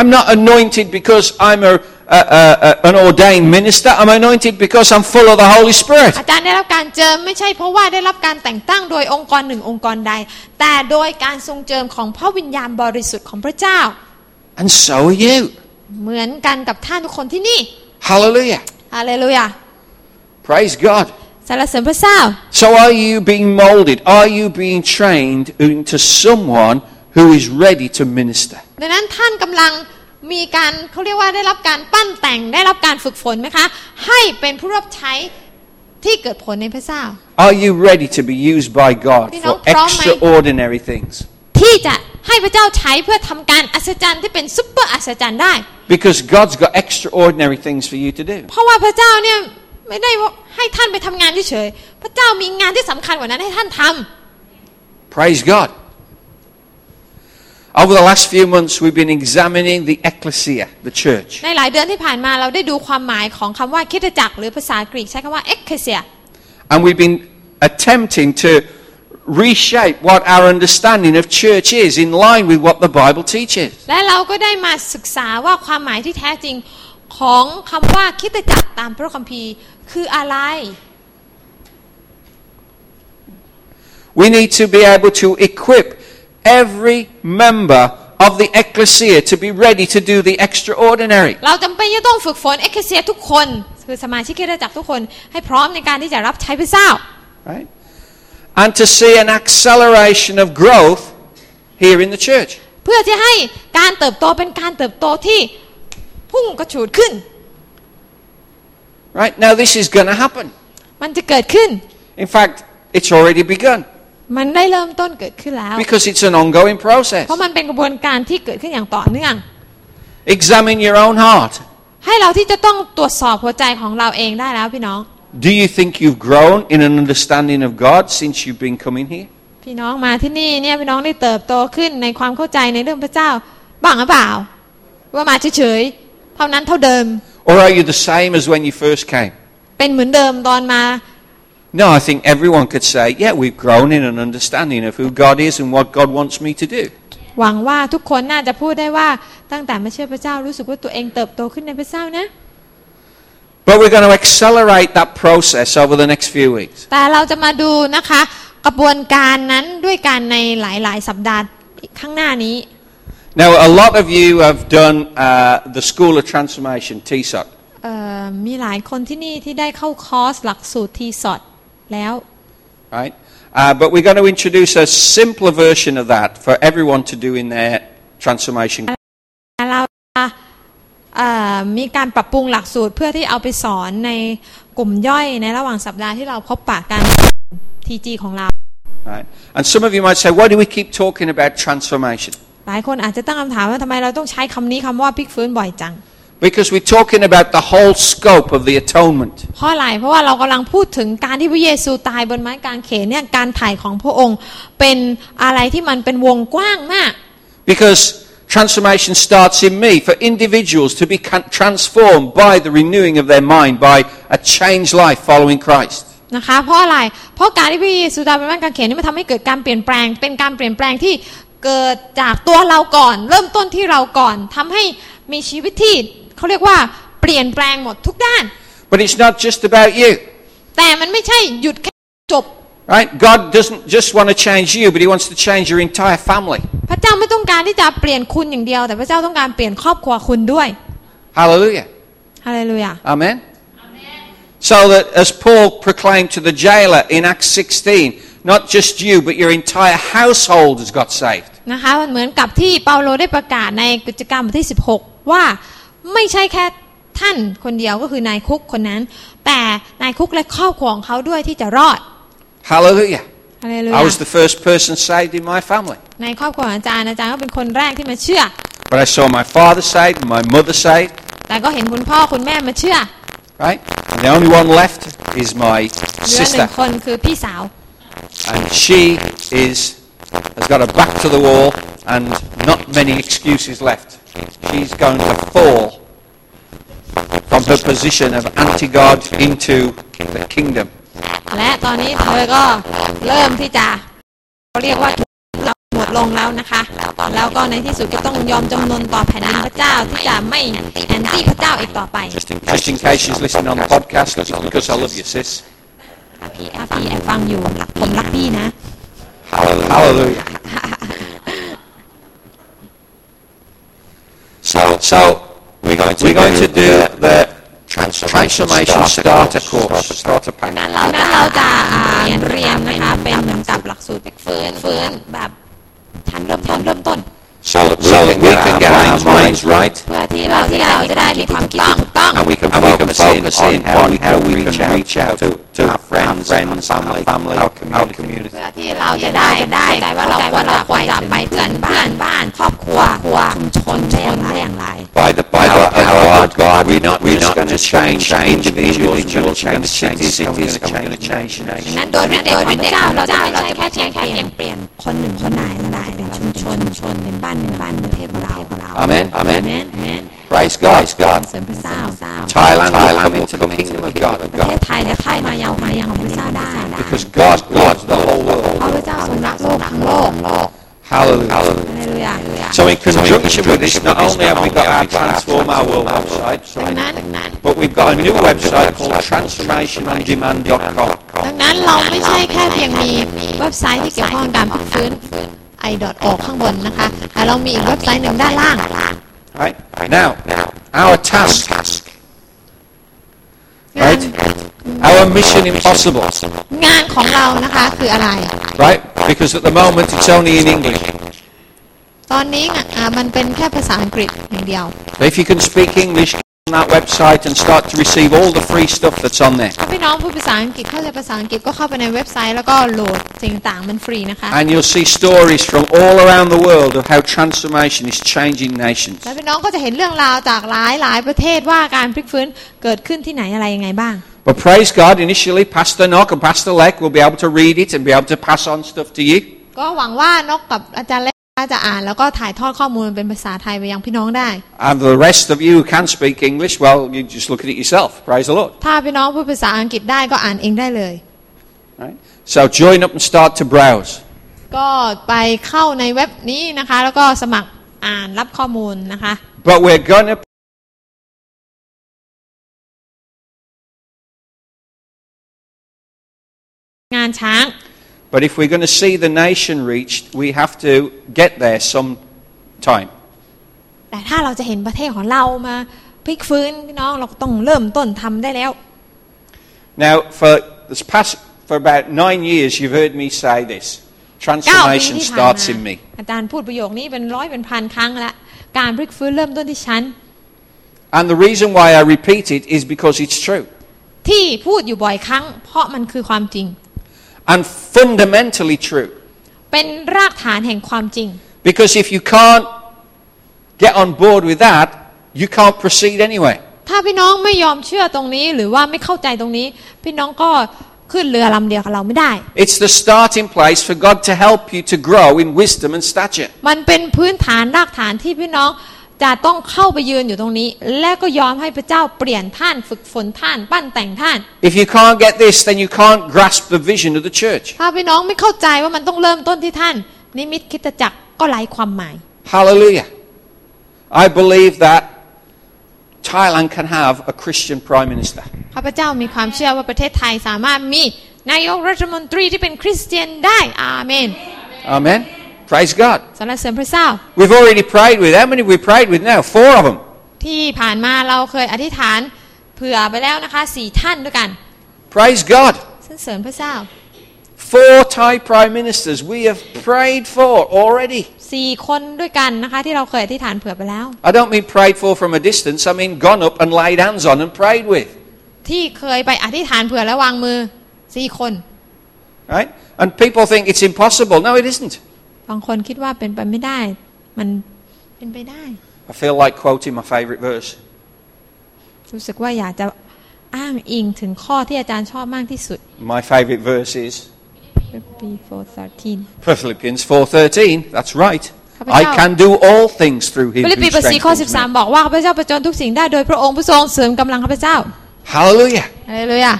A: I'm not anointed because I'm a, uh, uh, an ordained minister. I'm anointed because I'm full of the Holy Spirit.
B: อาจารย์ได้รับการเจิมไม่ใช่เพราะว่าได้รับการแต่งตั้งโดยองค์กรหนึ่งองค์กรใด แต่โดยการทรงเจิมของพระวิญญาณบริสุทธิ์ของพระเจ้า
A: And so are you.
B: เหมือนกันกับท่านทุกคนที่นี่
A: Hallelujah.
B: ฮาเลลูยา
A: Praise God.
B: สรรเสริญพระเจ้า
A: So are you being molded? Are you being trained into someone who is ready to minister?
B: ดังนั้นท่านกำลังมีการเขาเรียกว่าได้รับการปั้นแต่งได้รับการฝึกฝนไหมคะ ให้เป็นผู้รับใช้ที่เกิดผลในพระเจ้า
A: Are you ready to be used by God
B: You
A: for
B: know, from my-
A: extraordinary things?
B: ที่จะให้พระเจ้าใช้เพื่อทำการอัศจรรย์ที่เป็นซุปเปอร์อัศจรรย์ได้
A: Because God's got extraordinary things for you to do.
B: เพราะว่าพระเจ้าเนี่ยไม่ได้ให้ท่านไปทำงานเฉยๆพระเจ้ามีงานที่สำคัญกว่านั้นให้ท่านทำ
A: Praise God. Over the last few months, we've been examining the ecclesia, the church.
B: ในหลายเดือนที่ผ่านมาเราได้ดูความหมายของคำว่าคริดจักรหรือภาษากรีกใช้คำว่าเอ็กเคเซีย
A: And we've been attempting to reshape what our understanding of church is in line with what the Bible teaches.
B: และเราก็ได้มาศึกษาว่าความหมายที่แท้จริงของคำว่าคริดจักรตามพระคัมภีร์คืออะไร
A: We need to be able to equip every member of the ecclesia to be ready to do the extraordinary.
B: เราจำเป็นจะต้องฝึกฝนเอ็กเคเซียทุกคน คือสมาชิกคริดจักรทุกคนให้พร้อมในการที่จะรับใช้พระเจ้า
A: right? And to see an acceleration of growth here in the church.
B: เพื่อที่ให้การเติบโตเป็นการเติบโตที่พุ่งกระฉูดขึ้น
A: Right? Now this is going to happen.
B: มันจะเกิดขึ้น
A: In fact, it's already begun
B: มันได้เริ่มต้นเกิดขึ้นแล้ว
A: because it's an ongoing process.
B: เพราะมันเป็นกระบวนการที่เกิดขึ้นอย่างต่อเนื่อง
A: Examine your own heart.
B: ให้เราที่จะต้องตรวจสอบหัวใจของเราเองได้แล้วพี่น้อง
A: Do you think you've grown in an understanding of God since you've been coming here?
B: พี่น้องมาที่นี่เนี่ยพี่น้องได้เติบโตขึ้นในความเข้าใจในเรื่องพระเจ้าบ้างหรือเปล่า ว่ามาเฉยๆเท่านั้นเท่าเดิม
A: Or are you the same as when you first came?
B: เป็นเหมือนเดิมตอนมา
A: No, I think everyone could say, yeah, we've grown in an understanding of who God is and what God wants me to do.
B: หวังว่าทุกคนน่าจะพูดได้ว่าตั้งแต่มาเชื่อพระเจ้ารู้สึกว่าตัวเองเติบโตขึ้นในพระเจ้านะ
A: But we're going to accelerate that process over the next few weeks.
B: แต่เราจะมาดูนะคะ กระบวนการนั้นด้วยกันในหลายๆ สัปดาห์ข้างหน้านี้
A: Now, a lot of you have done uh, the School of Transformation, TSOC.
B: เอ่อมีหลายคนที่นี่ที่ได้เข้าคอร์สหลักสูตรทีสอดแล้ว
A: right? Uh, but we're going to introduce a simpler version of that for everyone to do in their transformation.
B: เราจะเอ่อมีการปรับปรุงหลักสูตรเพื่อที่เอาไปสอนในกลุ่มย่อยในระหว่างสัปดาห์ที่เราพบปะกันทีจีของเรา
A: Right? And some of you might say, why do we keep talking about transformation?
B: หลายคนอาจจะตั้งคำถามว่าทำไมเราต้องใช้คำนี้คำว่าพลิกฟื้นบ่อยจัง
A: Because we're talking about the whole scope of the atonement.
B: เพราะอะไรเพราะว่าเรากำลังพูดถึงการที่พระเยซูตายบนไม้กางเขนเนี่ยการถ่ายของพระองค์ เป็นอะไรที่มันเป็นวงกว้างมาก
A: Because transformation starts in me for individuals to be can- transformed by the renewing of their mind, by a changed life following Christ.
B: นะคะเพราะอะไร เพราะการที่พระเยซูตายบนไม้กางเขนนี่มันทำให้เกิดการเปลี่ยนแปลง เป็นการเปลี่ยนแปลงที่เกิดจากตัวเราก่อน เริ่มต้นที่เราก่อนทำให้มีชีวิตที่เขาเรียกว่าเปลี่ยนแปลงหมดทุกด้าน
A: But it's not just about you.
B: แต่มันไม่ใช่หยุดแค่จบ
A: Right? God doesn't just want to change you, but He wants to change your entire family.
B: พระเจ้าไม่ต้องการที่จะเปลี่ยนคุณอย่างเดียว แต่พระเจ้าต้องการเปลี่ยนครอบครัวคุณด้วย
A: Hallelujah.
B: ฮาเลลูยา
A: Amen. So that as Paul proclaimed to the jailer in Acts 16, not just you, but your entire household has got saved.
B: นะคะมันเหมือนกับที่เปาโลได้ประกาศในกิจกรรมบทที่ 16 ว่าไม่ใช่แค่ท่านคนเดียวก็คือนายคุกคนนั้น แต่นายคุกและครอบครัวของเขาด้วยที่จะรอด
A: Hallelujah.
B: อะไรเลย
A: I was the first person saved in my family.
B: ในครอบครัวของอาจารย์อาจารย์ก็เป็นคนแรกที่มาเชื่อ
A: But I saw my father saved, my mother saved,
B: แต่ก็เห็นคุณพ่อคุณแม่มาเชื่อ
A: right? And the only one left is my
B: เหลือห
A: sister.
B: นึ่งคนคือพี่สาว
A: And she is, has got her back to the wall and not many excuses left. She's going to fall from her position of anti-God into the kingdom.
B: และตอนนี้เธอก็เริ่มที่จะเขาเรียกว่าถูกหมดล ลงแล้วนะคะ แล้วก็ในที่สุดก็ต้องยอมจำนนต่อแผ่นดินพระเจ้าที่จะไม่แอนตี้พระเจ้าอีกต่อไป
C: Just in case,
A: Just in case she's listening on the podcast,
C: because I
A: it's
C: love
A: because I
C: you,
A: love
C: sis.
A: you, sis.
B: ถ้าพี่แอบฟังอยู่ผมรักพี่นะ
C: Hallelujah.
A: Hallelujah.
C: So,
A: So,
C: we're going to
A: we're going to do the
C: transformation,
A: transformation starter course, starter
C: starter
A: pack.
B: ดังนั้นเราจะอ่าเรียนนะคะเป็นเหมือนกับหลักสูตรฟื้นฟื้นแบบชั้นเริ่มต้นเริ่มต้น
C: so that we,
A: So
C: can, we can get our minds right
B: เพื่อที่เราที่เราจะได้มีความคิดที่ถูกต้อง
C: and we can
A: And we can
C: focus in
A: focus
C: on
A: in
C: how
A: on
C: we
A: how we
C: can reach
A: can
C: out
A: reach out to, to our friends, friends, family, family, our community.
B: เพื่อที่เราจะได้ได้ใจว่าเราควรเราควรจะไปเพื่อนบ้านบ้าน ครอบครัวครัวชุมชนได้อย่างไรอย่างไร
C: by the by
A: By
C: the
A: the power
C: power
A: of
C: of God, we're not
A: we're
C: we're not
A: not
C: going to
A: gonna
C: change
A: change
C: individuals, we're
A: individuals,
C: going to
A: we're gonna
C: change
A: change cities,
C: cities,
A: and we're
C: we're
A: gonna
C: going to
A: change
C: change
A: nations.
C: nations.
B: นั้นโดยไม่ได้ความเจ้าเราจะเราจะแค่เพียงแค่เปลี่ยนเปลี่ยนคนหนึ่งคนไหนเราจะเป็นชุมชนชนเป็นบ้านเป็นบ้านประเทศของเราของเรา
C: Amen. Amen.
B: Amen.
C: Praise God. Praise God.
B: เสริมพระเจ้า
C: Thailand, Thailand into the kingdom of God. Of
B: ประเทศ
C: God.
B: ไทยและไทยมายาวมายังของพระเจ้าได้
A: Because God loves the whole world.
B: เพราะพระเจ้าทรงรักโลกทั้งโลก
A: Hallelujah.
B: ฮาเลลูยา
A: So in
C: So in
A: conjunction with this,
C: conjunction
A: not
C: with this,
A: only
C: not
A: have we
C: only
A: got
C: have
A: our
C: we got our
A: Transform Our World
C: Transform Our
A: website,
B: ดัง
A: sorry,
B: นั้น
A: but we've got a new website called
C: transformationondemand.com.
A: transformationondemand.com.
B: ดังนั้นเราไม่ใช่แค่เพียงมีเว็บไซต์ที่เกี่ยวข้องกับการฟื้น i o r g ข้างบนนะคะแต่เรามีอีกเว็บไซต์หนึ่งด้านล่าง
A: Right? Now, our task, right? Our mission impossible,
B: งานของเรานะคะคืออะไร
A: right? Because at the moment it's only in English.
B: ตอนนี้อ่ะอ่ามันเป็นแค่ภาษาอังกฤษอย่างเดียว
A: But if you can speak English go on that website and start to receive all the free stuff that's on there,
B: ถ้าพี่น้องพูดภาษาอังกฤษเข้าใจภาษาอังกฤษก็เข้าไปในเว็บไซต์แล้วก็โหลดสิ่งต่างมันฟรีนะคะ
A: and you'll see stories from all around the world of how transformation is changing nations.
B: แล้วพี่น้องก็จะเห็นเรื่องราวจากหลายหลายประเทศว่าการพลิกฟื้นเกิดขึ้นที่ไหนอะไรยังไงบ้าง
A: But praise God, initially Pastor Knock and Pastor Leck will be able to read it and be able to pass on stuff to you.
B: ก็หวังว่านกกับอาจารย์เล็กจะอ่านแล้วก็ถ่ายทอดข้อมูลเป็นภาษาไทยไปยังพี่น้องได้
A: And the rest of you who can speak English, well, you just look at it yourself. Praise the Lord.
B: ถ้าพี่น้องพูดภาษาอังกฤษได้ก็อ่านเองได้เลย
A: Right? So join up and start to browse.
B: ก็ไปเข้าในเว็บนี้นะคะ แล้วก็สมัครอ่านรับข้อมูลนะคะ
A: But we're going to.
B: But งานช้าง
A: But if we're going to see the nation reached, we have to get there some time.
B: แต่ถ้าเราจะเห็นประเทศของเรามาพลิกฟื้นพี่น้องเราก็ต้องเริ่มต้นทำได้แล้ว
A: Now, for this past for about nine years, you've heard me say this:
B: เก้าปี
A: transformation
B: ที่ผ่าน
A: starts in
B: มา
A: me.
B: อาจารย์พูดประโยคนี้เป็นร้อยเป็นพันครั้งละการพลิกฟื้นเริ่มต้นที่ฉัน
A: And the reason why I repeat it is because it's true.
B: ที่พูดอยู่บ่อยครั้ง เพราะมันคือความจริง
A: and fundamentally true.
B: เป็นรากฐานแห่งความจริง
A: Because if you can't get on board with that, you can't proceed anyway.
B: ถ้าพี่น้องไม่ยอมเชื่อตรงนี้หรือว่าไม่เข้าใจตรงนี้ พี่น้องก็ขึ้นเรือลำเดียวกับเราไม่ได้
A: It's the starting place for God to help you to grow in wisdom and stature.
B: มันเป็นพื้นฐานรากฐานที่พี่น้องจะต้องเข้าไปยืนอยู่ตรงนี้ และก็ยอมให้พระเจ้าเปลี่ยนท่านฝึกฝนท่านปั้นแต่งท่าน
A: If you can't get this, then you can't grasp the vision of the church.
B: ถ้าพี่น้องไม่เข้าใจว่ามันต้องเริ่มต้นที่ท่าน นิมิตคริดจักรก็ไร้ความหมาย
A: Hallelujah. I believe that Thailand can have a Christian prime minister.
B: ข้าพเจ้ามีความเชื่อว่าประเทศไทยสามารถมีนายกรัฐมนตรีที่เป็นคริสเตียนได้อาเมน
A: Amen. Praise God.
B: สรรเสริญพระเจ้า
A: We've already prayed with. How many have we prayed with now? Four of them.
B: ที่ผ่านมาเราเคยอธิษฐานเผื่อไปแล้วนะคะสี่ท่านด้วยกัน
A: Praise God.
B: สรรเสริญพระเจ้า
A: Four Thai prime ministers we have prayed for already.
B: สี่คนด้วยกันนะคะที่เราเคยอธิษฐานเผื่อไปแล้ว
A: I don't mean prayed for from a distance, I mean gone up and laid hands on and prayed with.
B: ที่เคยไปอธิษฐานเผื่อและวางมือสี่คน
A: Right? And people think it's impossible. No, it isn't.
B: บางคนคิดว่าเป็นไปไม่ได้ มันเป็นไปได้
A: I feel like quoting my favourite verse.
B: รู้สึกว่าอยากจะอ้างอิงถึงข้อที่อาจารย์ชอบมากที่สุด
A: My favourite verse is
B: before 13
A: Philippians 4.13. That's right.
B: Have a
A: I
B: go.
A: can do all things through him
B: ฟิลิป
A: who
B: ปีบทสี่ข้อ
A: strengthens me.
B: 13 บอกว่าข้าพเจ้าประจนทุกสิ่งได้โดยพระองค์ผู้ทรงเสริมกำลังข้าพเจ้า
A: Hallelujah.
B: อะไรเลยอ่ะ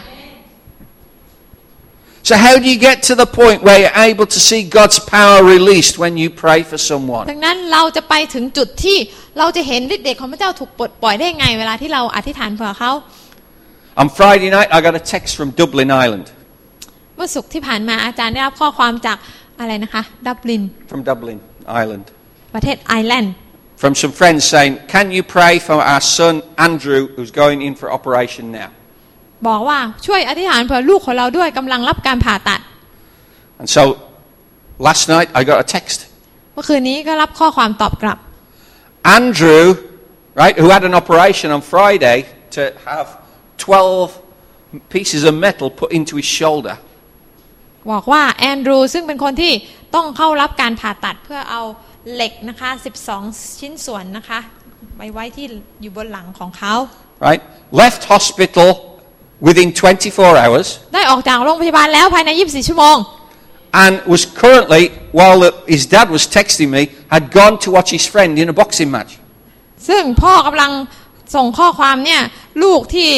A: So, how do you get to the point where you're able to see God's power released when you pray for someone?
B: ดังนั้นเราจะไปถึงจุดที่เราจะเห็นฤทธิ์เดชของพระเจ้าถูกปลดปล่อยได้ไงเวลาที่เราอธิษฐานเผื่อเขา
A: On Friday night, I got a text from Dublin, Ireland.
B: เมื่อสุขที่ผ่านมาอาจารย์ได้รับข้อความจากอะไรนะคะ ดับลิน
A: From Dublin, Ireland.
B: ประเทศไอร์แลนด์
A: From some friends saying, Can you pray for our son, Andrew, who's going in for operation now?
B: บอกว่าช่วยอธิษฐานเผื่อลูกของเราด้วยกำลังรับการผ่าตัด
A: And so, last night, I got a text.
B: เมื่อคืนนี้ก็รับข้อความตอบกลับ
A: Andrew, right, who had an operation on Friday to have 12 pieces of metal put into his shoulder,
B: บอกว่าแอนดรูซึ่งเป็นคนที่ต้องเข้ารับการผ่าตัดเพื่อเอาเหล็กนะคะ 12 ชิ้นส่วนนะคะไปไว้ที่อยู่บนหลังของเขา
A: right, left hospital within 24 hours
B: ได้ออกจากโรงพยาบาลแล้วภายใน 24 ชั่วโมง
A: and was currently, while the, his dad was texting me, had gone to watch his friend in a boxing match.
B: ซึ่งพ่อกำลังส่งข้อความเนี่ย ลูกที่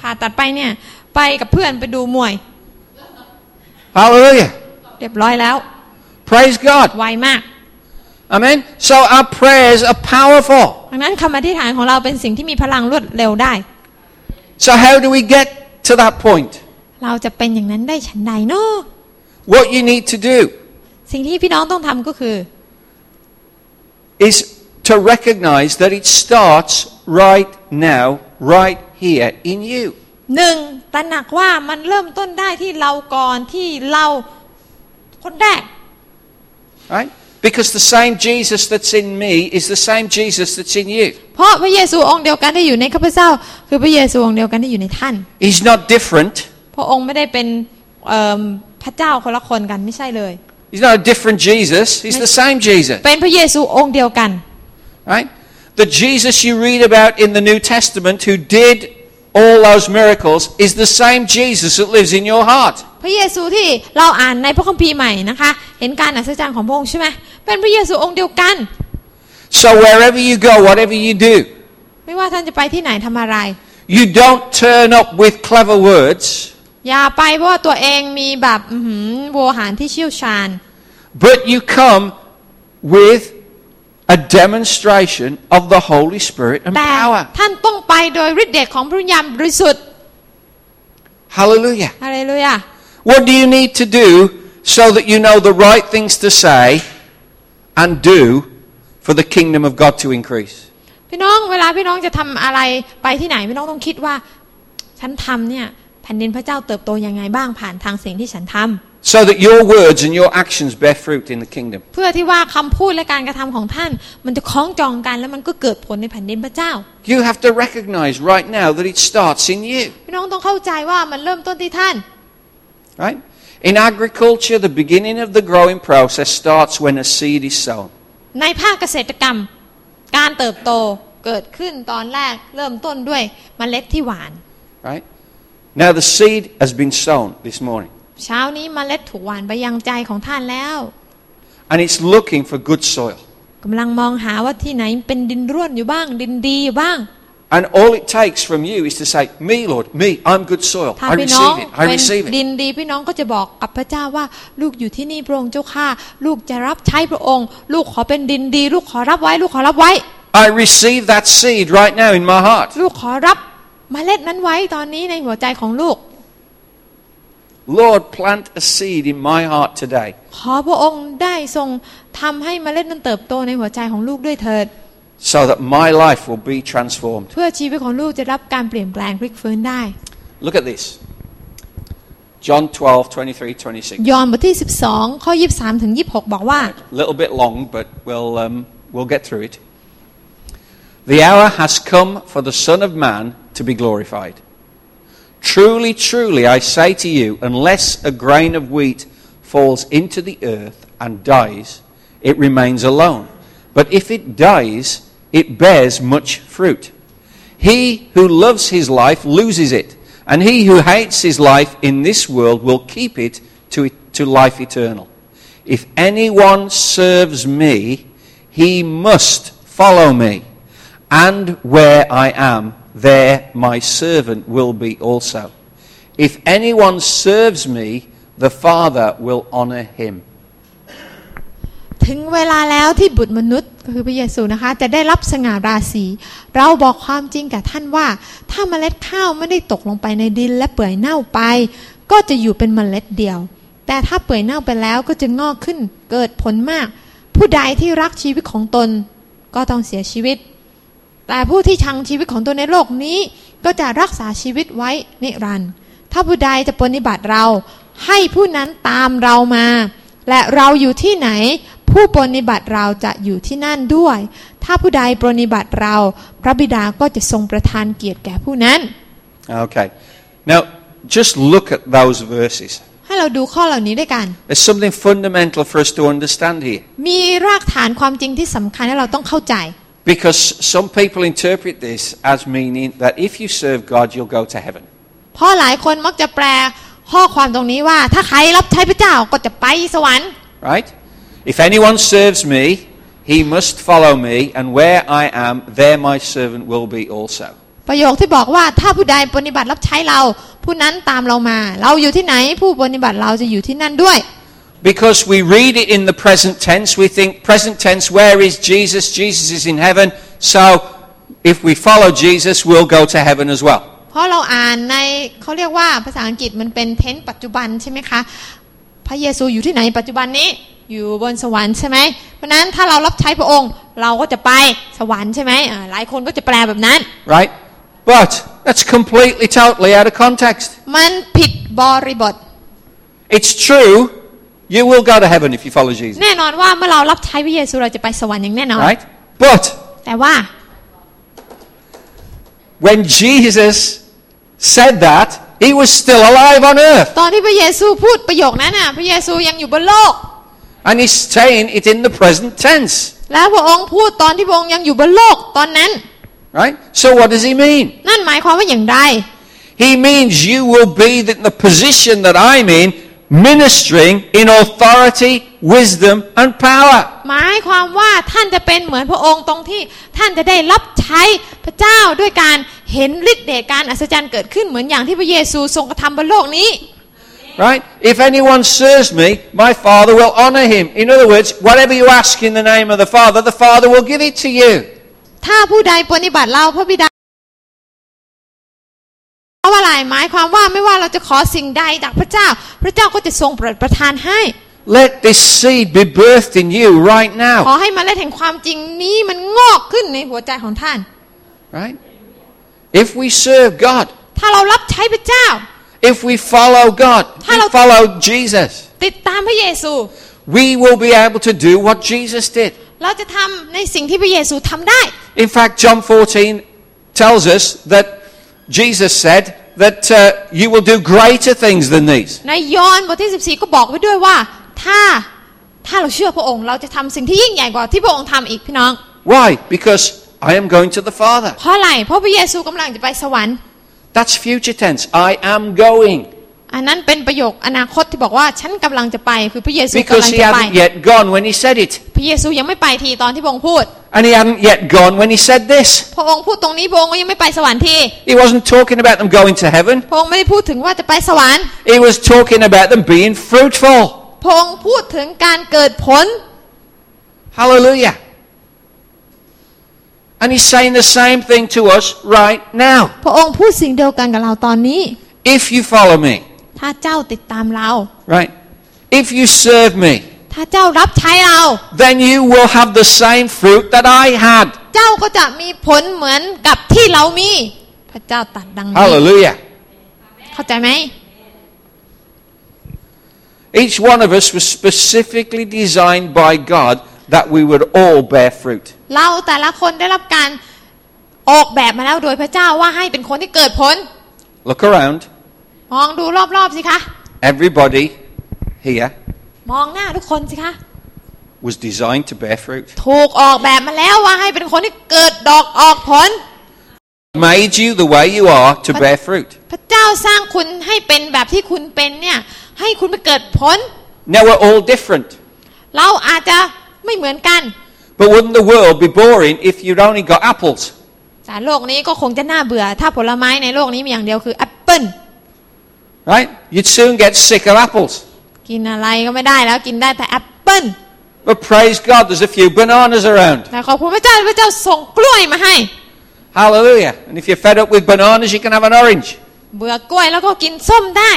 B: ผ่าตัดไปเนี่ย ไปกับเพื่อนไปดูมวย
A: Hallelujah.
B: เรียบร้อยแล้ว
A: Praise God.
B: ไวมาก
A: Amen. So our prayers are powerful.
B: ดังนั้นคำอธิษฐานของเราเป็นสิ่งที่มีพลังรวดเร็วได้
A: So how do we get to that point?
B: เราจะเป็นอย่างนั้นได้ฉันใดเนาะ
A: What you need to do
B: สิ่งที่พี่น้องต้องทำก็คือ
A: is to recognize that it starts right now, right here in you.
B: หนึ่งตระหนักว่ามันเริ่มต้นได้ที่เราก่อนที่เราคนแรก
A: Right? Because the same Jesus that's in me is the same Jesus that's in you.
B: เพราะพระเยซูองค์เดียวกันที่อยู่ในข้าพเจ้า คือพระเยซูองค์เดียวกันที่อยู่ในท่าน
A: He's not different.
B: พระองค์ไม่ได้เป็นเอิ่มพระเจ้าคนละคนกันไม่ใช่เลย
A: He's not a different Jesus. He's the same Jesus.
B: เป็นพระเยซูองค์เดียวกัน
A: Right? The Jesus you read about in the New Testament who did all those miracles is the same Jesus that lives in your heart.
B: พระเยซูที่เราอ่านในพระคัมภีร์ใหม่นะคะ เห็นการอัศจรรย์ของพระองค์ใช่ไหมเป็นพระเยซูองค์เดียวกัน
A: So wherever you go, whatever you do,
B: ไม่ว่าท่านจะไปที่ไหนทำอะไร
A: you don't turn up with clever words,
B: อย่าไปเพราะว่าตัวเองมีแบบอื้อหือโวหารที่เชี่ยวชาญ
A: but you come with a demonstration of the Holy Spirit and
B: แต่
A: power.
B: ท่านต้องไปโดยฤทธิ์เดชของพระวิญญาณบริสุทธิ์
A: Hallelujah.
B: อะไรเลยอะ
A: What do you need to do so that you know the right things to say and do for the kingdom of God to increase?
B: พี่น้องเวลาพี่น้องจะทำอะไรไปที่ไหนพี่น้องต้องคิดว่า ฉันทำเนี่ยแผ่นดินพระเจ้าเติบโตยังไงบ้างผ่านทางสิ่งที่ฉันทำ
A: so that your words and your actions bear fruit in the kingdom.
B: เพื่อที่ว่าคำพูดและการกระทำของท่าน มันจะคล้องจองกันแล้วมันก็เกิดผลในแผ่นดินพระเจ้า
A: You have to recognize right now that it starts in you,
B: พี่น้องต้องเข้าใจว่ามันเริ่มต้นที่ท่าน
A: right? In agriculture, the beginning of the growing process starts when a seed is sown.
B: ในภาคเกษตรกรรม การเติบโตเกิดขึ้นตอนแรกเริ่มต้นด้วยเมล็ดที่หวาน
A: Right? Now the seed has been sown this morning
B: เช้านี้เมล็ดถูกหวานไปยังใจของท่านแล้ว
A: and it's looking for good soil.
B: กำลังมองหาว่าที่ไหนเป็นดินร่วนอยู่บ้าง ดินดีอยู่บ้าง
A: And all it takes from you is to say, Me, Lord, me, I'm good soil.
B: ถ้า
A: I
B: พี่น้อง
A: receive it. I receive
B: เป็น
A: it.
B: ดินดีพี่น้องก็จะบอกกับพระเจ้าว่า ลูกอยู่ที่นี่พระองค์เจ้าข้าลูกจะรับใช้พระองค์ ลูกขอเป็นดินดี ลูกขอรับไว้ ลูกขอรับไว้
A: I receive that seed right now in my heart.
B: ลูกขอรับเมล็ดนั้นไว้ตอนนี้ในหัวใจของลูก
A: Lord, plant a seed in my heart today
B: ขอพระองค์ได้ทรงทำให้เมล็ดนั้นเติบโตในหัวใจของลูกด้วยเถิด
A: so that my life will be transformed.
B: เพื่อชีวิตของลูกจะรับการเปลี่ยนแปลงพลิกฟื้นได้
A: Look at this. John 12, 23, 26.
B: ยอห์นบทที่ 12 ข้อ 23 ถึง 26 บอกว่า
A: A little bit long, but we'll, um, we'll get through it. The hour has come for the Son of Man to be glorified. Truly, truly, I say to you, unless a grain of wheat falls into the earth and dies, it remains alone. But if it dies, it bears much fruit. He who loves his life loses it, and he who hates his life in this world will keep it to, to life eternal. If anyone serves me, he must follow me, and where I am, there my servant will be also. If anyone serves me, the Father will honor him.
B: ถึงเวลาแล้วที่บุตรมนุษย์ก็คือพระเยซูนะคะ จะได้รับสง่าราศี เราบอกความจริงกับท่านว่า ถ้าเมล็ดข้าวไม่ได้ตกลงไปในดินและเปื่อยเน่าไป ก็จะอยู่เป็นเมล็ดเดียว แต่ถ้าเปื่อยเน่าไปแล้วก็จะงอกขึ้นเกิดผลมาก ผู้ใดที่รักชีวิตของตนก็ต้องเสียชีวิต แต่ผู้ที่ชังชีวิตของตนในโลกนี้ ก็จะรักษาชีวิตไว้นิรันดร์ถ้าผู้ใดจะปฏิบัติเรา ให้ผู้นั้นตามเรามา และเราอยู่ที่ไหน ผู้ปฏิบัติเราจะอยู่ที่นั่นด้วย ถ้าผู้ใดปฏิบัติเรา พระบิดาก็จะทรงประทานเกียรติแก่ผู้นั้น
A: Okay. Now, just look at those verses.
B: ให้เราดูข้อเหล่านี้ด้วยกัน
A: There's something fundamental for us to understand here.
B: มีรากฐานความจริงที่สำคัญที่เราต้องเข้าใจ
A: Because some people interpret this as meaning that if you serve God, you'll go to heaven.
B: เพราะหลายคนมักจะแปลข้อความตรงนี้ว่า ถ้าใครรับใช้พระเจ้าก็จะไปสวรรค์
A: Right? If anyone serves me, he must follow me, and where I am, there my servant will be also.
B: ประโยคที่บอกว่าถ้าผู้ใดปฏิบัติรับใช้เรา ผู้นั้นตามเรามา เราอยู่ที่ไหนผู้ปฏิบัติเราจะอยู่ที่นั่นด้วย
A: Because we read it in the present tense, we think, present tense, where is Jesus? Jesus is in heaven. So if we follow Jesus, we'll go to heaven as well.
B: เพราะเราอ่านในเขาเรียกว่าภาษาอังกฤษมันเป็นเทนปัจจุบันใช่ไหมคะ พระเยซูอยู่ที่ไหนปัจจุบันนี้อยู่บนสวรรค์ใช่ไหมเพราะฉะนั้นถ้าเรารับใช้พระองค์ เราก็จะไปสวรรค์ใช่ไหมอ่าหลายคนก็จะแปลแบบนั้น
A: Right? But that's completely, totally out of context.
B: มันผิดบริบท
A: It's true, you will go to heaven if you follow Jesus.
B: แน่นอนว่าเมื่อเรารับใช้พระเยซูเราจะไปสวรรค์อย่างแน่นอน
A: Right? But
B: แต่ว่า
A: when Jesus said that, he was still alive on earth.
B: ตอนที่พระเยซูพูดประโยคนั้นน่ะพระเยซูยังอยู่บนโลก
A: And he's saying it in the present tense.
B: แล้วพระองค์พูดตอนที่พระองค์ยังอยู่บนโลกตอนนั้น
A: Right? So what does he mean?
B: นั่นหมายความว่าอย่างไร
A: He means you will be in the position that I'm in, ministering in authority, wisdom, and power.
B: หมายความว่าท่านจะเป็นเหมือนพระองค์ตรงที่ท่านจะได้รับใช้พระเจ้าด้วยการเห็นฤทธิ์เดชการอัศจรรย์เกิดขึ้นเหมือนอย่างที่พระเยซูทรงกระทำบนโลกนี้
A: Right? If anyone serves me, my Father will honor him. In other words, whatever you ask in the name of the Father, the Father will give it to you.
B: ถ้าผู้ใดปฏิบัติเราพระบิดาเพราะว่าอะไรหมายความว่าไม่ว่าเราจะขอสิ่งใดจากพระเจ้า พระเจ้าก็จะทรงโปรดประทานให้
A: Let this seed be birthed in you right
B: ขอ
A: now.
B: ให้เมาเล็ดแห่งความจริงนี้มันงอกขึ้นในหัวใจของท่าน
A: Right? If we serve God,
B: ถ้าเรารับใช้พระเจ้า
A: if we follow God, if we
B: Hello.
A: follow Jesus,
B: ติดตามพระเยซู
A: we will be able to do what Jesus did.
B: เราจะทำในสิ่งที่พระเยซูทำได้
A: In fact, John 14 tells us that Jesus said that uh, you will do greater things than these.
B: ในยอห์นบทที่ 14 ก็บอกไว้ด้วยว่า ถ้าถ้าเราเชื่อพระองค์เราจะทำสิ่งที่ยิ่งใหญ่กว่าที่พระองค์ทำอีกพี่น้อง
A: Why? Because I am going to the Father.
B: เพราะอะไร เพราะพระเยซูกำลังจะไปสวรรค์
A: That's future tense. I am going.
B: อันนั้นเป็นประโยคอนาคตที่บอกว่าฉันกำลังจะไปคือพระเยซูกำ
A: Because
B: ลัง
A: he
B: จะไป
A: hadn't yet gone when he said it.
B: พระเยซูยังไม่ไปทีตอนที่พระองค์พูด
A: And he hadn't yet gone when he said this.
B: พระองค์พูดตรงนี้พระองค์ก็ยังไม่ไปสวรรค์ที
A: He wasn't talking about them going to heaven.
B: พระองค์ไม่ได้พูดถึงว่าจะไปสวรรค์
A: He was talking about them being fruitful.
B: พระองค์พูดถึงการเกิดผล
A: Hallelujah. And he's saying the same thing to us right now.
B: พระองค์พูดสิ่งเดียวกันกับเราตอนนี้
A: If you follow me,
B: ถ้าเจ้าติดตามเรา
A: Right? If you serve me,
B: ถ้าเจ้ารับใช้เรา
A: then you will have the same fruit that I had.
B: เจ้าก็จะมีผลเหมือนกับที่เรามี พระเจ้าตรัดดังนี้
A: Hallelujah.
B: เข้าใจไหม
A: Each one of us was specifically designed by God that we would all bear fruit.
B: เราแต่ละคนได้รับการออกแบบมาแล้วโดยพระเจ้าว่าให้เป็นคนที่เกิดผล
A: Look around.
B: มองดูรอบๆสิคะ
A: Everybody here
B: มองหน้าทุกคนสิคะ
A: was designed to bear fruit.
B: ถูกออกแบบมาแล้วว่าให้เป็นคนที่เกิดดอกออกผล
A: Made you the way you are to bear fruit.
B: พระเจ้าสร้างคุณให้เป็นแบบที่คุณเป็นเนี่ย ให้คุณไปเกิดผล
A: Now we're all different.
B: เราอาจจะไม่เหมือนกัน
A: But wouldn't the world be boring if you'd only got apples?
B: แต่โลกนี้ก็คงจะน่าเบื่อ ถ้าผลไม้ในโลกนี้มีอย่างเดียวคือแอปเปิล
A: Right? You'd soon get sick of apples.
B: กินอะไรก็ไม่ได้แล้วกินได้แต่แอปเปิ้ล
A: But praise God, there's a few bananas around.
B: แต่ขอบคุณพระเจ้าที่พระเจ้าส่งกล้วยมาให้
A: Hallelujah. And if you're fed up with bananas, you can have an orange
B: เบื่อกล้วยแล้วก็กินส้มได้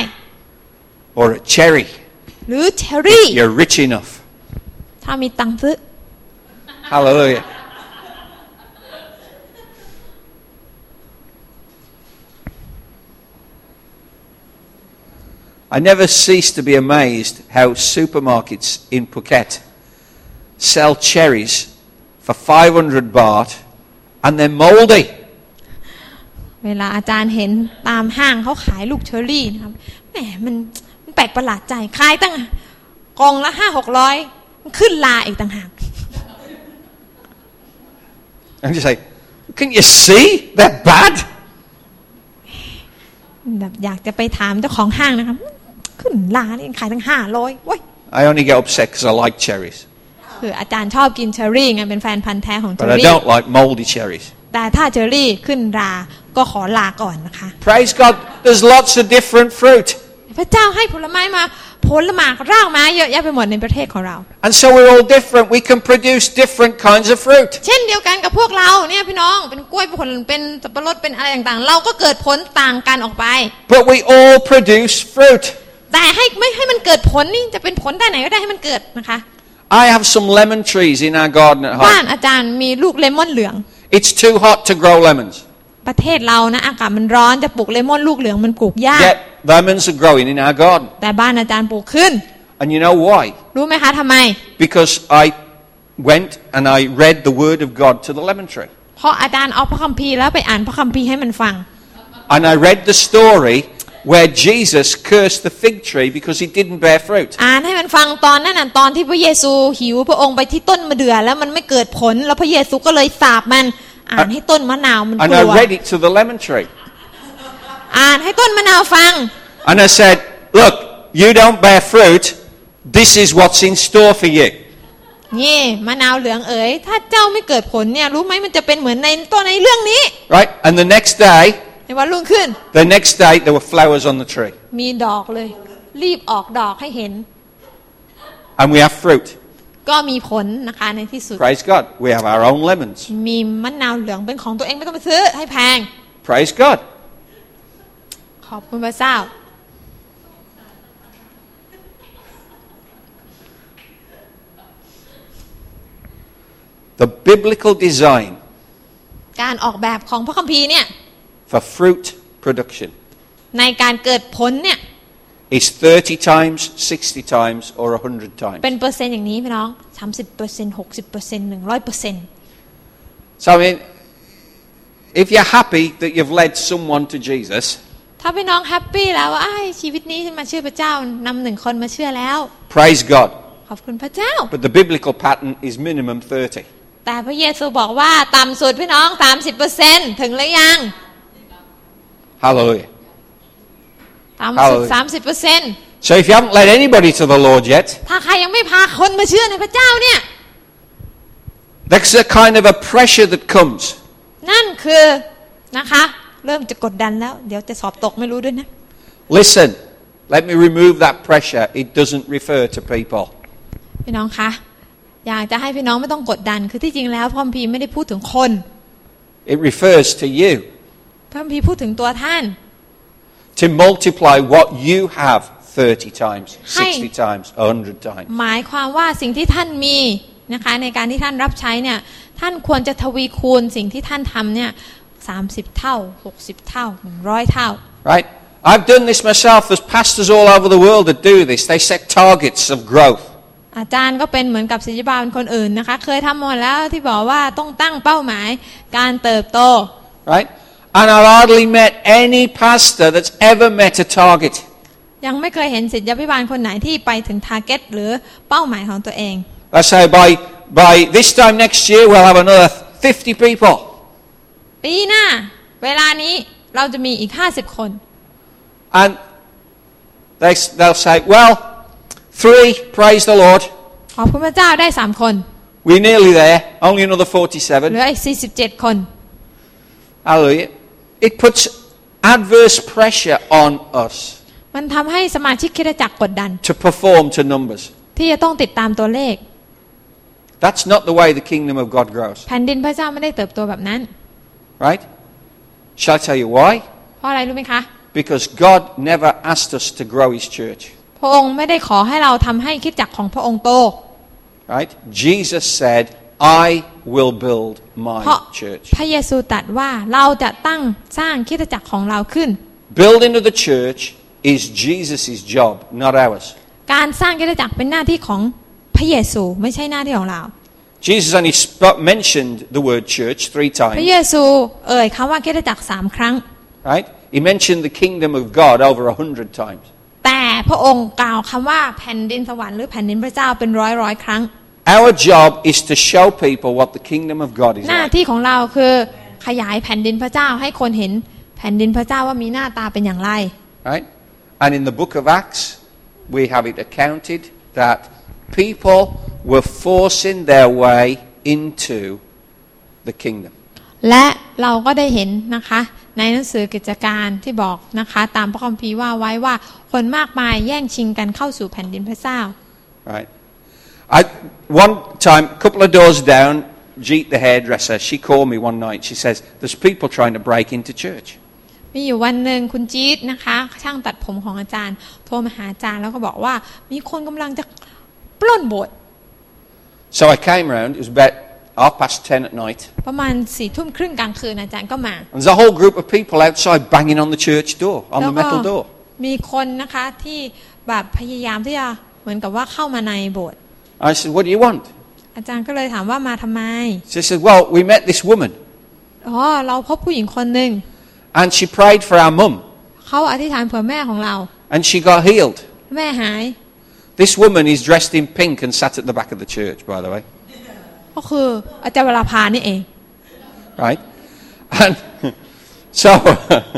A: or a cherry.
B: หรือเชอรี่
A: You're rich enough.
B: ถ้ามีตังค์ซื้อ
A: Hallelujah. I never cease to be amazed how supermarkets in Phuket sell cherries for 500 baht and they're mouldy.
B: เวลาอาจารย์เห็นตามห้างเขาขายลูกเชอรี่นะครับแหมมันมันแปลกประหลาดใจขายตั้งกล่องละห้าหกร้อยขึ้นลาอีกต่างหาก
A: And you say, can not you see? They're bad.
B: แบบอยากจะไปถามเจ้าของห้างนะครับ ขึ้นลานี่ขายตั้งห้าร้อยว้ย
A: I only get upset because I like cherries,
B: คืออาจารย์ชอบกินเชอรี่ไงเป็นแฟนพันธ์แท้ของเช
A: but
B: อ
A: I
B: รี่
A: don't like mouldy cherries.
B: แต่ถ้าเชอรี่ขึ้นราก็ขอลาก่อนนะคะ
A: Praise God, there's lots of different fruit.
B: พระเจ้าให้ผลไม้มาผลหมากรากไม้เยอะแยะไปหมดในประเทศของเรา
A: And so we're all different. We can produce different kinds of fruit.
B: เช่นเดียวกันกับพวกเราเนี่ยพี่น้องเป็นกล้วยเป็นผลเป็นสับปะรดเป็นอะไรต่างๆ เราก็เกิดผลต่างกันออกไป
A: But we all produce fruit.
B: แต่ให้ไม่ให้มันเกิดผลนี่จะเป็นผลด้านไหนก็ได้ให้มันเกิดนะคะ
A: I have some lemon trees in our garden at
B: บ้าน
A: home.
B: อาจารย์มีลูกเลมอนเหลือง
A: It's too hot to grow lemons.
B: ประเทศเรานะอากาศมันร้อนจะปลูกเลมอนลูกเหลืองมันปลูกยาก
A: Yet lemons are growing in our garden.
B: แต่บ้านอาจารย์ปลูกขึ้น
A: And you know why?
B: รู้ไหมคะทำไม
A: Because I went and I read the word of God to the lemon tree.
B: เพราะอาจารย์เอาพระคัมภีร์แล้วไปอ่านพระคัมภีร์ให้มันฟัง
A: And I read the story where Jesus cursed the fig tree because it didn't bear fruit.
B: อ่านให้มันฟังตอนนั้นน่ะตอนที่พระเยซูหิวพระองค์ไปที่ต้นมะเดื่อแล้วมันไม่เกิดผลแล้วพระเยซูก็เลยสาบมัน อ่านให้ต้นมะนาวมันก
A: And
B: ลั
A: I
B: ว
A: read it to the lemon tree.
B: อ่านให้ต้นมะนาวฟัง
A: And I said, Look, you don't bear fruit. This is what's in store for you.
B: นี่มะนาวเหลืองเอ๋ยถ้าเจ้าไม่เกิดผลเนี่ยรู้ไหมมันจะเป็นเหมือนในต้นในเรื่องนี้
A: Right? And the next day,
B: ในวันรุ่งขึ้น
A: the next day, there were flowers on the tree.
B: มีดอกเลย รีบออกดอกให้เห็น
A: And we have fruit.
B: ก็มีผลนะคะในที่สุด
A: Praise God. We have our own lemons.
B: มีมะนาวเหลืองเป็นของตัวเองไม่ต้องไปซื้อให้แพง
A: Praise God.
B: ขอบคุณพระเจ้า
A: The biblical design
B: การออกแบบของพระคัมภีร์เนี่ย
A: for fruit production
B: ในการเกิดผลเนี่ย
A: is 30 times, 60 times, or 100 times.
B: เป็นเปอร์เซ็นต์อย่างนี้พี่น้อง 30เปอร์เซ็นต์60เปอร์เซ็นต์100เปอร์เซ็นต์
A: So, I mean, if you're happy that you've led someone to Jesus,
B: ถ้าพี่น้องแฮปปี้แล้วว่าอ้ายชีวิตนี้ฉันมาเชื่อพระเจ้านำหนึ่งคนมาเชื่อแล้ว
A: praise God.
B: ขอบคุณพระเจ้า
A: But the biblical pattern is minimum 30.
B: แต่พระเยซูบอกว่าต่ำสุดพี่น้อง 30เปอร์เซ็นต์ถึงหรือยัง
A: Hallelujah.
B: ต่ำสุด 30เปอร์เซ็นต์
A: So if you haven't led anybody to the Lord yet,
B: ถ้าใครยังไม่พาคนมาเชื่อในพระเจ้าเนี่ย
A: that's a kind of a pressure that comes.
B: นั่นคือนะคะ เริ่มจะกดดันแล้ว เดี๋ยวจะสอบตกไม่รู้ด้วยนะ
A: Listen, let me remove that pressure. It doesn't refer to people.
B: พี่น้องคะอยากจะให้พี่น้องไม่ต้องกดดัน คือที่จริงแล้วพระคัมภีร์ไม่ได้พูดถึงคน
A: It refers to you
B: พระคัมภีร์พูดถึงตัวท่าน
A: to multiply what you have 30 times, 60
B: Hi.
A: times, 100 times.
B: หมายความว่าสิ่งที่ท่านมีนะคะในการที่ท่านรับใช้เนี่ยท่านควรจะทวีคูณสิ่งที่ท่านทำเนี่ยสาเท่า 60 เท่า 100 เท่า
A: Right? I've done this myself. There's pastors all over the world that do this. They set targets of growth.
B: อาจารย์ก็เป็นเหมือนกับศิษยาบาลคนอื่นนะคะเคยทำมาแล้วที่บอกว่าต้องตั้งเป้าหมายการเติบโต
A: Right? And I've hardly met any pastor that's ever met a target.
B: ยังไม่เคยเห็นศิษยาภิบาลคนไหนที่ไปถึงทาร์เก็ตหรือเป้าหมายของตัวเอง
A: Let's say by, by this time next year, we'll have another 50 people.
B: ปีหน้า เวลานี้เราจะมีอีก 50 คน
A: And they, s- they'll say, well, three, praise the Lord.
B: ขอบคุณพระเจ้าได้ 3 คน
A: We're nearly there. Only another
B: เห
A: 47.
B: ลืออีก 47 คน
A: Hallelujah. It puts adverse pressure on us.
B: มันทำให้สมาชิกคริดจักรกดดัน
A: to perform to numbers.
B: ที่จะต้องติดตามตัวเลข
A: That's not the way the kingdom of God grows,
B: แผ่นดินพระเจ้าไม่ได้เติบโตแบบนั้น
A: right? Shall I tell you why?
B: เพราะอะไรรู้ไหมคะ
A: Because God never asked us to grow his church,
B: พระองค์ไม่ได้ขอให้เราทำให้คริดจักรของพระองค์โต
A: right? Jesus said, I will build
B: เพราะ
A: my church.
B: พระเยซูตรัสว่าเราจะตั้งสร้างคริดจักรของเราขึ้น
A: Building of the church is Jesus' job, not ours.
B: การสร้างคริดจักรเป็นหน้าที่ของพระเยซูไม่ใช่หน้าที่ของเรา
A: Jesus only sp- mentioned the word church three
B: พระ
A: times,
B: เยซูเอ่ยคำว่าคริดจักรสามครั้ง
A: right? He mentioned the kingdom of God over a hundred times.
B: แต่พระองค์กล่าวคำว่าแผ่นดินสวรรค์หรือแผ่นดินพระเจ้าเป็นร้อยร้อยๆครั้ง
A: Our job is to show people what the kingdom of God is
B: หน้า
A: like.
B: ที่ของเราคือขยายแผ่นดินพระเจ้าให้คนเห็นแผ่นดินพระเจ้าว่ามีหน้าตาเป็นอย่างไร
A: Right? And in the book of Acts, we have it accounted that people were forcing their way into the kingdom.
B: และเราก็ได้เห็นนะคะ ในหนังสือกิจการที่บอกนะคะ ตามพระคัมภีร์ว่าไว้ว่าคนมากมายแย่งชิงกันเข้าสู่แผ่นดินพระเจ้า
A: Right? I, one time, a couple of doors down, Jeet the hairdresser, she called me one night. She says, There's people trying to break into church.
B: มีอยู่วันหนึ่งคุณจี๊ดนะคะ ช่างตัดผมของอาจารย์ โทรมาหาอาจารย์แล้วก็บอกว่ามีคนกำลังจะปล้นโบสถ์
A: So I came round, it was about half past ten at night,
B: ประมาณสี่ทุ่มครึ่งกลางคืนอาจารย์ก็มา
A: and there's a whole group of people outside banging on the church door, on
B: แล้
A: the
B: วก็
A: metal door.
B: มีคนนะคะที่แบบพยายามที่จะเหมือนกับว่าเข้ามาในโบสถ์
A: I said, What do you want?
B: อาจารย์ก็เลยถามว่ามาทำไม
A: She said, Well, we met this woman,
B: อ๋อเราพบผู้หญิงคนหนึ่ง
A: and she prayed for our mum.
B: เขาอธิษฐานเผื่อแม่ของเรา
A: and she got healed.
B: แม่หาย
A: This woman is dressed in pink and sat at the back of the church, by the way,
B: ก็คืออาจารย์เวลาพานี่เอง
A: right? And so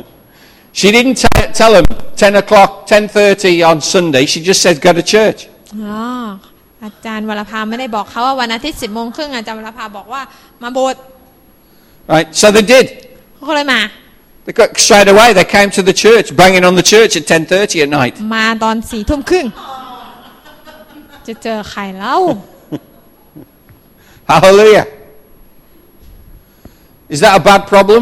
A: she didn't te- tell them ten o'clock, ten thirty on Sunday. She just said, "Go to church."
B: อ๋ออาจารย์วรภาไม่ได้บอกเขาว่าวันอาทิตย์สิบโมงครึ่งอาจารย์วรภาบอกว่ามาโบสถ์
A: Right? So they did.
B: เขาก็เลยมา
A: They got straight away. They came to the church, banging on the church at ten thirty at night.
B: มาตอนสี่ทุ่มครึ่ง จะเจอใครเล่า
A: Hallelujah. Is that a bad problem?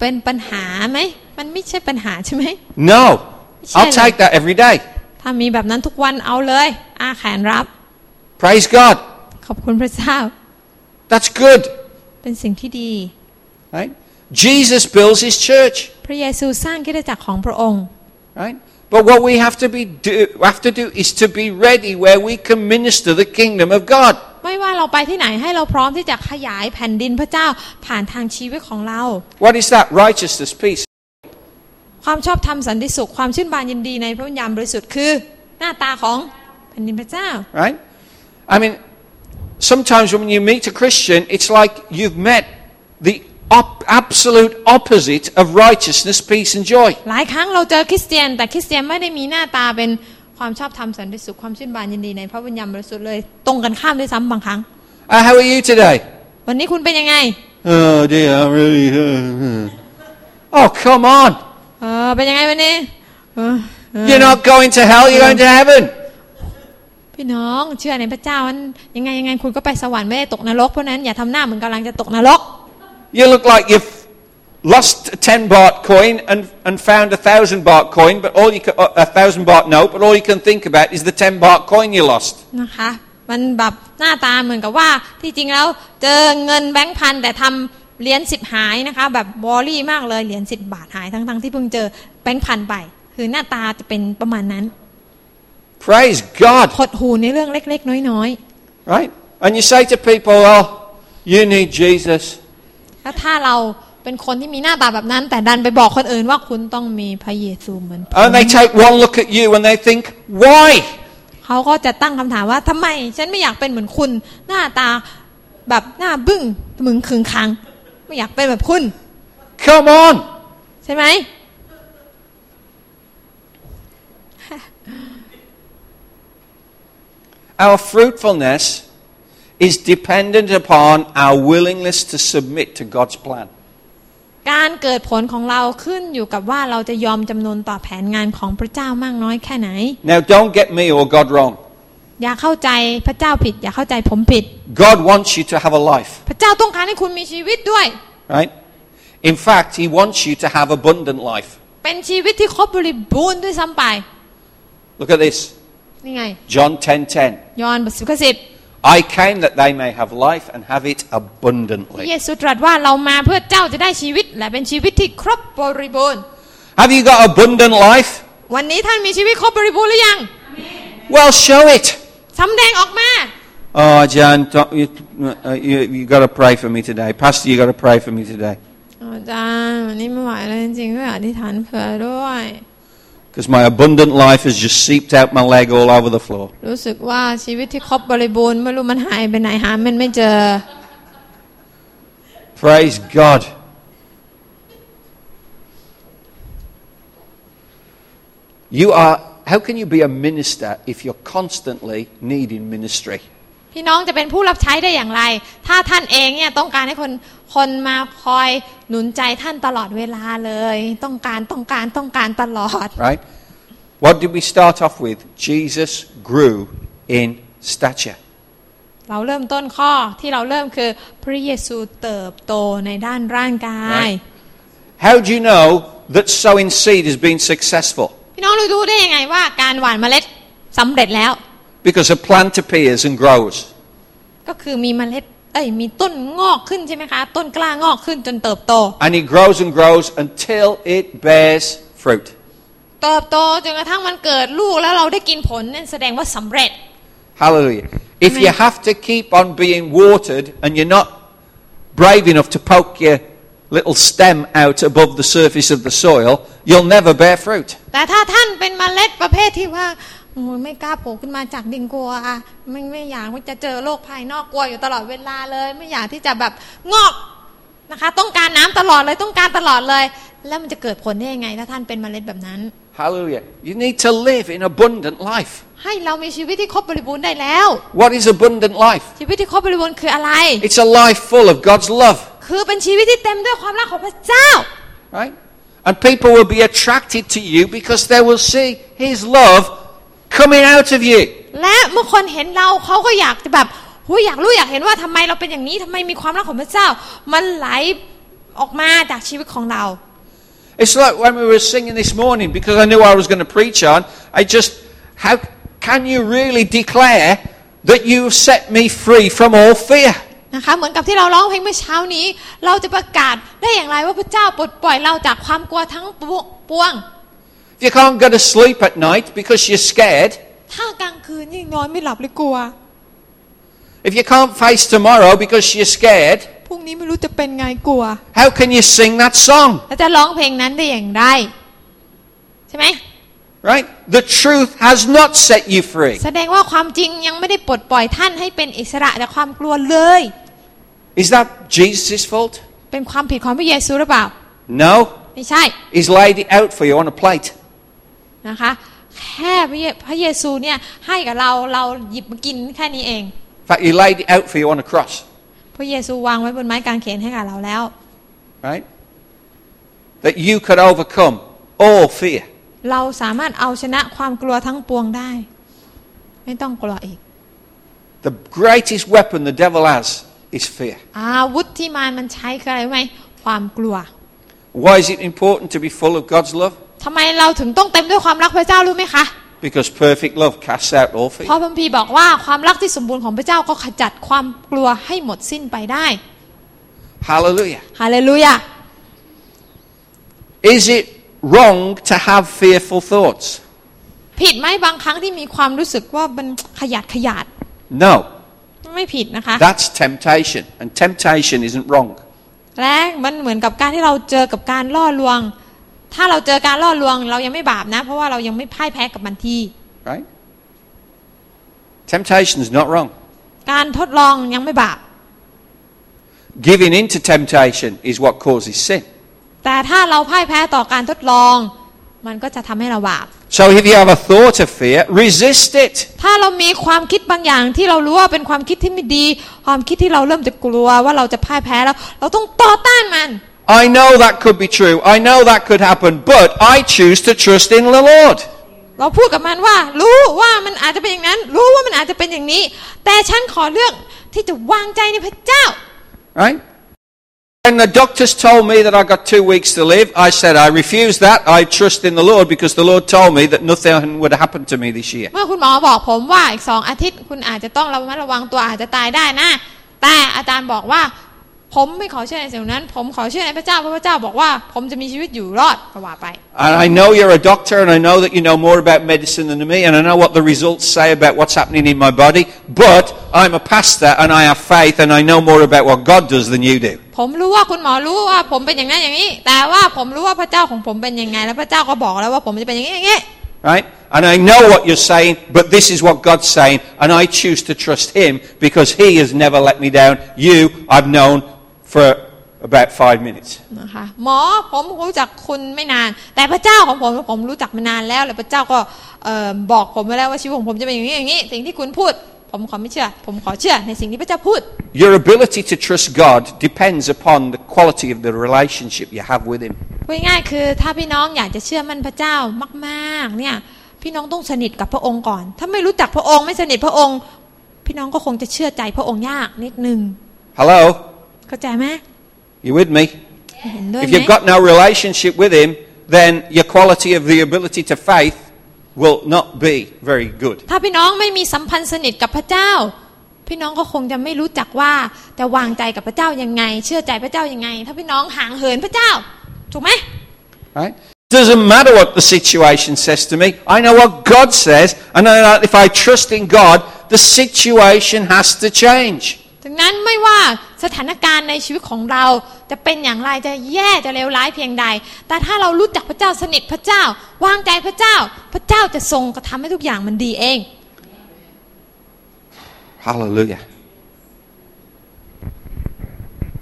B: เป็นปัญหาไหม มันไม่ใช่ปัญหาใช่ไหม
A: No. I'll
B: Shall I?
A: take that every day.
B: ถ้ามีแบบนั้นทุกวันเอาเลย อาแขนรับ
A: Praise God.
B: ขอบคุณพระเจ้า
A: That's good.
B: เป็นสิ่งที่ดี
A: Right? Jesus builds his church.
B: พระเยซูสร้างคริสตจักรของพระองค์
A: Right? But what we have to be do, have to do is to be ready where we can minister the kingdom of God.
B: ไม่ว่าเราไปที่ไหนให้เราพร้อมที่จะขยายแผ่นดินพระเจ้าผ่านทางชีวิตของเรา
A: What is that? Righteousness, peace.
B: ความชอบธรรมสันติสุขความชื่นบานยินดีในพระวิญญาณบริสุทธิ์คือ หน้าตาของแผ่นดินพระเจ้า
A: Right? I mean, sometimes when you meet a Christian, it's like you've met the op- absolute opposite of righteousness, peace, and joy.
B: หลายครั้งเราเจอคริสเตียน แต่คริสเตียนไม่ได้มีหน้าตาเป็นความชอบธรรมสันติสุขความชื่นบานยินดีในพระวิญญาณบริสุทธิ์เลย ตรงกันข้ามด้วยซ้ำบางครั้ง
A: Uh, how are you today?
B: วันนี้คุณเป็นยังไง
A: Oh dear, I'm really. uh, uh. Oh come on!
B: เออเป็นยังไงวันนี้เออเออ
A: You're not going to hell. You're going to heaven.
B: พี่น้องเชื่อในพระเจ้ามันยังไงยังไงคุณก็ไปสวรรค์ไม่ได้ตกนรกเพราะฉะนั้นอย่าทำหน้าเหมือนกำลังจะตกนรก
A: You look like you've lost a 10 baht coin and, and found a 1,000 baht coin, but all you can, uh, a 1,000 baht note, but all you can think about is the 10 baht coin you lost.
B: นะคะ มันแบบหน้าตาเหมือนกับว่าที่จริงแล้วเจอเงินแบงค์พันแต่ทำเหรียญสิบหายนะคะ แบบวอรี่มากเลยเหรียญสิบบาทหายทั้งๆทที่เพิ่งเจอแบงค์พันไป คือหน้าตาจะเป็นประมาณนั้น
A: Praise God,
B: หดหูในเรื่องเล็กๆ น้อย
A: right? And you say to people, well, you need Jesus.
B: ๆ แล้วถ้าเราเป็นคนที่มีหน้าตาแบบนั้น แต่ดันไปบอกคนอื่นว่าคุณต้องมีพระเยซูเหมือนผม
A: And they take one look at you and they think, why?
B: เขาก็จะตั้งคำถามว่าทำไมฉันไม่อยากเป็นเหมือนคุณ หน้าตาแบบหน้าบึ้งมึงคึงคัง ไม่อยากเป็นแบบคุณ
A: Come on.
B: ใช่ไหม
A: Our fruitfulness is dependent upon our willingness to submit to God's plan.
B: การเกิดผลของเราขึ้นอยู่กับว่าเราจะยอมจำนนต่อแผนงานของพระเจ้ามากน้อยแค่ไหน
A: Now, don't get me or God wrong.
B: อย่าเข้าใจพระเจ้าผิด อย่าเข้าใจผมผิด
A: God wants you to have a life,
B: พระเจ้าต้องการให้คุณมีชีวิตด้วย
A: right? In fact, He wants you to have abundant life.
B: เป็นชีวิตที่ครบบริบูรณ์ด้วยซ้ำไป
A: Look at this,
B: นี่ไง
A: John 10:10.
B: ยอห์นบทสิบข้อสิบ
A: I came that they may have life and have it
B: พ
A: abundantly.
B: ระเยซูตรัสว่าเรามาเพื่อเจ้าจะได้ชีวิต และเป็นชีวิตที่ครบบริบูรณ์
A: Have you got abundant life?
B: วันนี้ท่านมีชีวิตครบบริบูรณ์หรือยัง
A: Well, show it.
B: สำแดงออกมา
A: Oh, John, don't, you, uh, you, you got to pray for me today. Pastor, you got to pray for me today.
B: อาจารย์วันนี้ไม่ไหวแล้วจริงๆด้วยอธิษฐานเผื่อด้วย
A: Because my abundant life has just seeped out my leg all over the floor.
B: รู้สึกว่าชีวิตที่ครบบริบูรณ์ไม่รู้มันหายไปไหนหามันไม่เจอ
A: Praise God. You are, how can you be a minister if you're constantly needing ministry?
B: พี่น้องจะเป็นผู้รับใช้ได้อย่างไร ถ้าท่านเองเนี่ยต้องการให้คนคนมาคอยหนุนใจท่านตลอดเวลาเลย ต้องการต้องการต้องการตลอด
A: right? What did we start off with? Jesus grew in stature.
B: เราเริ่มต้นข้อที่เราเริ่มคือพระเยซูเติบโตในด้านร่างกาย
A: Right. How do you know that sowing seed has been successful?
B: พี่น้องรู้ได้ยังไงว่าการหว่านเมล็ดสำเร็จแล้ว
A: Because a plant appears and grows.
B: ก็คือมีเมล็ด เอ้ย มีต้นงอกขึ้นใช่ไหมคะ ต้นกล้างอกขึ้นจนเติบโต
A: And it grows and grows until it bears fruit.
B: เติบโตจนกระทั่งมันเกิดลูกแล้วเราได้กินผลนั่นแสดงว่าสำเร็จ
A: Hallelujah. If you
B: Amen.
A: have to keep on being watered and you're not brave enough to poke your little stem out above the surface of the soil, you'll never bear fruit.
B: แต่ถ้าท่านเป็นเมล็ดประเภทที่ว่าโอ้ยไม่กล้าโผล่ขึ้นมาจากดินกลัวอะไม่ไม่อยากว่าจะเจอโลกภายนอกกลัวอยู่ตลอดเวลาเลย ไม่อยากที่จะแบบงอกนะคะ ต้องการน้ำตลอดเลยต้องการตลอดเลย แล้วมันจะเกิดผลได้ยังไง ถ้าท่านเป็นเมล็ดแบบนั้น
A: Hallelujah. You need to live in abundant life.
B: ให้เรามีชีวิตที่ครบบริบูรณ์ได้แล้ว
A: What is abundant life?
B: ชีวิตที่ครบบริบูรณ์คืออะไร
A: It's a life full of God's love,
B: คือเป็นชีวิตที่เต็มด้วยความรักของพระเจ้า
A: right? And people will be attracted to you because they will see His love coming out of you.
B: และเมื่อคนเห็นเราเขาก็อยากจะแบบหูยอยากรู้อยากเห็นว่าทำไมเราเป็นอย่างนี้ทำไมมีความรักของพระเจ้า มันไหลออกมาจากชีวิตของเรา
A: It's like when we were singing this morning because I knew I was going to preach on. I just, how can you really declare that you have set me free from all fear?
B: นะคะเหมือนกับที่เราร้องเพลงเมื่อเช้านี้ เราจะประกาศได้อย่างไรว่าพระเจ้าปลดปล่อยเราจากความกลัวทั้งปวง
A: If you can't go to sleep at night because you're scared,
B: ถ้ากลางคืนยิ่งนอนไม่หลับเลยกลัว
A: if you can't face tomorrow because you're scared,
B: พรุ่งนี้ไม่รู้จะเป็นไงกลัว
A: how can you sing that song?
B: แล้วจะร้องเพลงนั้นได้อย่างไรใช่ไหม
A: Right? The truth has not set you free.
B: แสดงว่าความจริงยังไม่ได้ปลดปล่อยท่านให้เป็นอิสระจากความกลัวเลย
A: Is that Jesus' fault?
B: เป็นความผิดของพระเยซูหรือเปล่า
A: No.
B: ไม่ใช่
A: He's laid it out for you on a plate.
B: นะคะ แค่พระเยพระเยซูเนี่ยให้กับเราเราหยิบมากินแค่นี้เอง
A: In fact, he laid it out for you on a cross.
B: พระเยซูวางไว้บนไม้กางเขนให้กับเราแล้ว
A: Right? That you could overcome all fear.
B: เราสามารถเอาชนะความกลัวทั้งปวงได้ ไม่ต้องกลัวอีก
A: The greatest weapon the devil has is fear.
B: อาวุธที่มารมันใช้คืออะไรรู้ไหมความกลัว
A: Why is it important to be full of God's love?
B: ทำไมเราถึงต้องเต็มด้วยความรักพระเจ้ารู้ไหมคะ
A: Because perfect love casts out all
B: เพราะ
A: fear.
B: พระคัมภีร์บอกว่าความรักที่สมบูรณ์ของพระเจ้าก็ขจัดความกลัวให้หมดสิ้นไปได้
A: Hallelujah.
B: ฮาเลลูยา
A: Is it wrong to have fearful thoughts?
B: ผิดไหมบางครั้งที่มีความรู้สึกว่ามันขยัดขยาด
A: No.
B: ไม่ผิดนะคะ
A: That's temptation. And temptation isn't wrong.
B: และมันเหมือนกับการที่เราเจอกับการล่อลวง ถ้าเราเจอการล่อลวง เรายังไม่บาปนะ เพราะว่าเรายังไม่พ่ายแพ้กับมันที
A: Right? Temptation is not wrong.
B: การทดลองยังไม่บาป
A: Giving in to temptation is what causes sin.
B: แต่ถ้าเราพ่ายแพ้ต่อการทดลอง มันก็จะทำให้เราบาป
A: So if you have a thought of fear, resist it.
B: ถ้าเรามีความคิดบางอย่างที่เรารู้ว่าเป็นความคิดที่ไม่ดี ความคิดที่เราเริ่มจะกลัวว่าเราจะพ่ายแพ้แล้ว เราต้องต่อต้านมัน
A: I know that could be true. I know that could happen, but I choose to trust in the Lord.
B: เราพูดกับมันว่า รู้ว่ามันอาจจะเป็นอย่างนั้น รู้ว่ามันอาจจะเป็นอย่างนี้ แต่ฉันขอเลือกที่จะวางใจในพระเจ้า
A: Right? When the doctors told me that I got two weeks to live, I said I refuse that. I trust in the Lord because the Lord told me that nothing would happen to me this year.
B: เมื่อคุณหมอบอกผมว่าอีกสองอาทิตย์คุณอาจจะต้องระมัดระวังตัวอาจจะตายได้นะ แต่อาจารย์บอกว่า ผมไม่ขอเชื่อในสิ่งนั้น ผมขอเชื่อในพระเจ้าเพราะพระเจ้าบอกว่า ผมจะมีชีวิตอยู่รอดก็ว่าไป
A: And I know you're a doctor, and I know that you know more about medicine than me, and I know what the results say about what's happening in my body, but I'm a pastor and I have faith, and I know more about what God does than you do.
B: ผมรู้ว่าคุณหมอรู้ว่าผมเป็นอย่างนั้นอย่างนี้ แต่ว่าผมรู้ว่าพระเจ้าของผมเป็นยังไง แล้วพระเจ้าก็บอกแล้วว่าผมจะเป็นอย่างนี้อย่างนี้
A: Right? And I know what you're saying, but this is what God's saying, and I choose to trust Him because He has never let me down. You, I've known for about five minutes.
B: นะคะหมอผมรู้จักคุณไม่นาน แต่พระเจ้าของผมผมรู้จักมานานแล้วแล้วพระเจ้าก็เอ่อบอกผมไว้แล้วว่าชีวิตของผมจะเป็นอย่างนี้อย่างนี้ สิ่งที่คุณพูด ผมขอไม่เชื่อ ผมขอเชื่อในสิ่งที่พระเจ้าพูด
A: Your ability to trust God depends upon the quality of the relationship you have with Him.
B: พูดง่ายๆคือถ้าพี่น้องอยากจะเชื่อมั่นพระเจ้ามากๆเนี่ยพี่น้องต้องสนิทกับพระองค์ก่อน ถ้าไม่รู้จักพระองค์ไม่สนิทพระองค์ พี่น้องก็คงจะเชื่อใจพระองค์ยากนิดนึง
A: Hello?
B: เข้าใจไหม
A: You with me?
B: เห็นด้วยไห
A: If you've
B: ม
A: got no relationship with Him, then your quality of the ability to faith will not be very good.
B: ถ้าพี่น้องไม่มีสัมพันธ์สนิทกับพระเจ้า พี่น้องก็คงจะไม่รู้จักว่าจะวางใจกับพระเจ้ายังไง เชื่อใจพระเจ้ายังไง ถ้าพี่น้องห่างเหินพระเจ้า ถูกไหม
A: Right? Doesn't matter what the situation says to me. I know what God says, and I know that if I trust in God, the situation has to change.
B: ดังนั้นไม่ว่าสถานการณ์ในชีวิตของเราจะเป็นอย่างไรจะแย่จะเลวร้ายเพียงใด แต่ถ้าเรารู้จักพระเจ้าสนิทพระเจ้า วางใจพระเจ้า พระเจ้าจะทรงกระทำให้ทุกอย่างมันดีเอง
A: Hallelujah.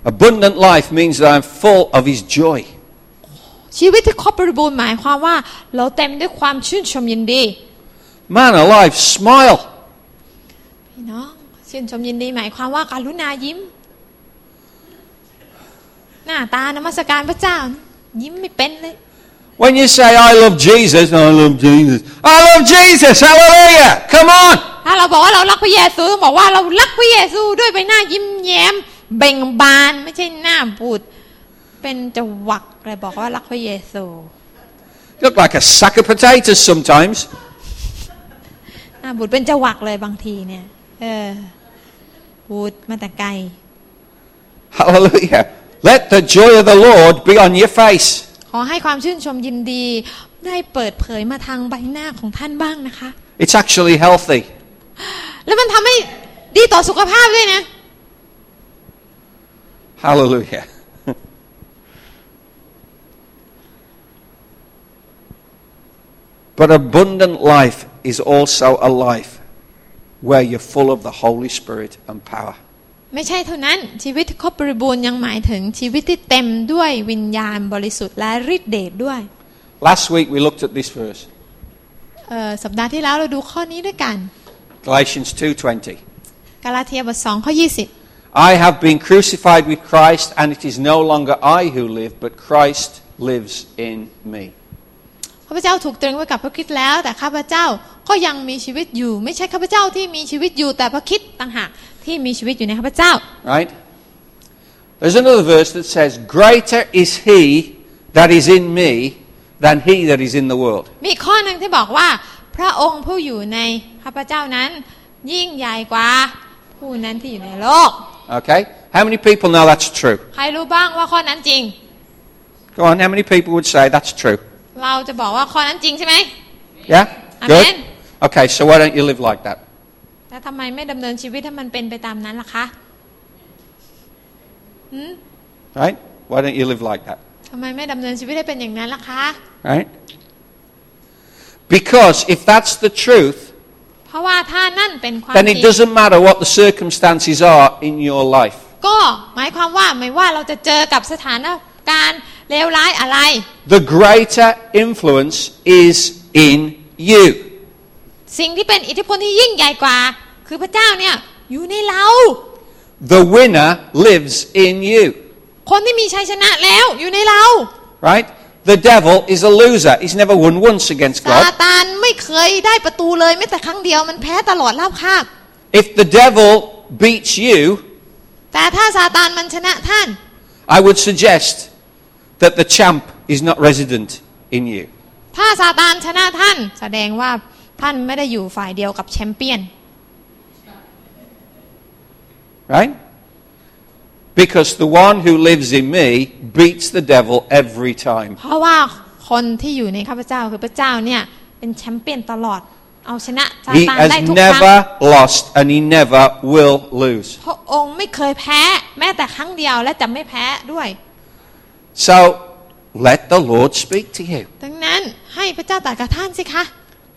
A: Abundant life means that I'm full of His joy.
B: ชีวิตที่ครบบริบูรณ์หมายความว่า เราเต็มด้วยความชื่นชมยินดี
A: Man alive, smile.
B: พี่น้องชื่นชมยินดีหมายความว่าการุณายิ้ม หน้าตานมัสการพระเจ้า ยิ้มไม่เป็นเลย
A: When you say, I love Jesus, I love Jesus. I love Jesus, hallelujah. Come on.
B: ถ้าเราบอกว่าเรารักพระเยซูต้องบอกว่าเรารักพระเยซูด้วยใบหน้ายิ้มแย้ม เบ่งบานไม่ใช่หน้าบูดเป็นจะหวักเลยบอกว่ารักพระเยซู
A: You look like a sack of potatoes sometimes.
B: หน้าบูดเป็นจะหวักเลยบางทีเนี่ย เออบูดมาแต่ไกล
A: Hallelujah. Let the joy of the Lord be on your face.
B: ขอให้ความชื่นชมยินดี ได้เปิดเผยมาทางใบหน้าของท่านบ้างนะคะ
A: It's actually healthy.
B: แล้วมันทำให้ดีต่อสุขภาพด้วยนะ
A: Hallelujah. but abundant life is also a life where you're full of the Holy Spirit and power.
B: ไม่ใช่เท่านั้นชีวิตที่ครบบริบูรณ์ยังหมายถึงชีวิตที่เต็มด้วยวิญญาณบริสุทธิ์และฤทธิ์เดชด้วย
A: Last week we looked at this verse,
B: เอ่อสัปดาห์ที่แล้วเราดูข้อนี้ด้วยกัน
A: Galatians 2:20.
B: กาลาเทียบทสองข้อ
A: I have been crucified with Christ and it is no longer I who live but Christ lives in me.
B: 20ข้าพเจ้าถูกตรึงไว้กับพระคริดแล้ว แต่ข้าพเจ้าก็ยังมีชีวิตอยู่ ไม่ใช่ข้าพเจ้าที่มีชีวิตอยู่แต่พระคริดต่างหากที่มีชีวิตอยู่ในข้าพเจ้า
A: Right? There's another verse that says, Greater is he that is in me than he that is in the world.
B: มีอีกข้อหนึ่งที่บอกว่า พระองค์ผู้อยู่ในข้าพเจ้านั้น ยิ่งใหญ่กว่าผู้นั้นที่อยู่ในโลก
A: Okay? How many people know that's true?
B: ใครรู้บ้างว่าข้อนั้นจริง
A: Go on, how many people would say that's true?
B: เราจะบอกว่าข้อนั้นจริงใช่ไหม
A: Yeah?
B: Amen.
A: Okay, so why don't you live like that?
B: แล้วทำไมไม่ดำเนินชีวิตให้มันเป็นไปตามนั้นล่ะคะ
A: Right? Why don't you live like that?
B: ทำไมไม่ดำเนินชีวิตให้เป็นอย่างนั้นล่ะคะ
A: Right? Because if that's the truth,
B: เพราะว่าถ้านั่นเป็นความ
A: then
B: จ
A: it
B: ริง
A: doesn't matter what the circumstances are in your life.
B: ก็หมายความว่าไม่ว่าเราจะเจอกับสถานการณ์เลวร้ายอะไร
A: The greater influence is in you.
B: สิ่งที่เป็นอิทธิพลที่ยิ่งใหญ่กว่า คือพระเจ้าเนี่ยอยู่ในเรา
A: The winner lives in you.
B: คนที่มีชัยชนะแล้วอยู่ในเรา
A: Right? The devil is a loser. He's never won once against
B: ซา
A: God.
B: ตานไม่เคยได้ประตูเลยแม้แต่ครั้งเดียวมันแพ้ตลอดราบคาบ
A: If the devil beats you,
B: แต่ถ้าซาตานมันชนะท่าน
A: I would suggest that the champ is not resident in you.
B: ถ้าซาตานชนะท่าน แสดงว่าท่านไม่ได้อยู่ฝ่ายเดียวกับแชมเปี้ยน
A: Right? Because the one who lives in me beats the devil every time.
B: เพราะว่าคนที่อยู่ในข้าพเจ้าคือพระเจ้าเนี่ยเป็นแชมเปี้ยนตลอด เอาชนะซา
A: He
B: ตานได้
A: has
B: ทุกครั้ง
A: never lost and he never will lose.
B: พระองค์ไม่เคยแพ้แม้แต่ครั้งเดียวและจะไม่แพ้ด้วย
A: So let the Lord speak to you.
B: ดังนั้นให้พระเจ้าตรัสกับท่านสิคะ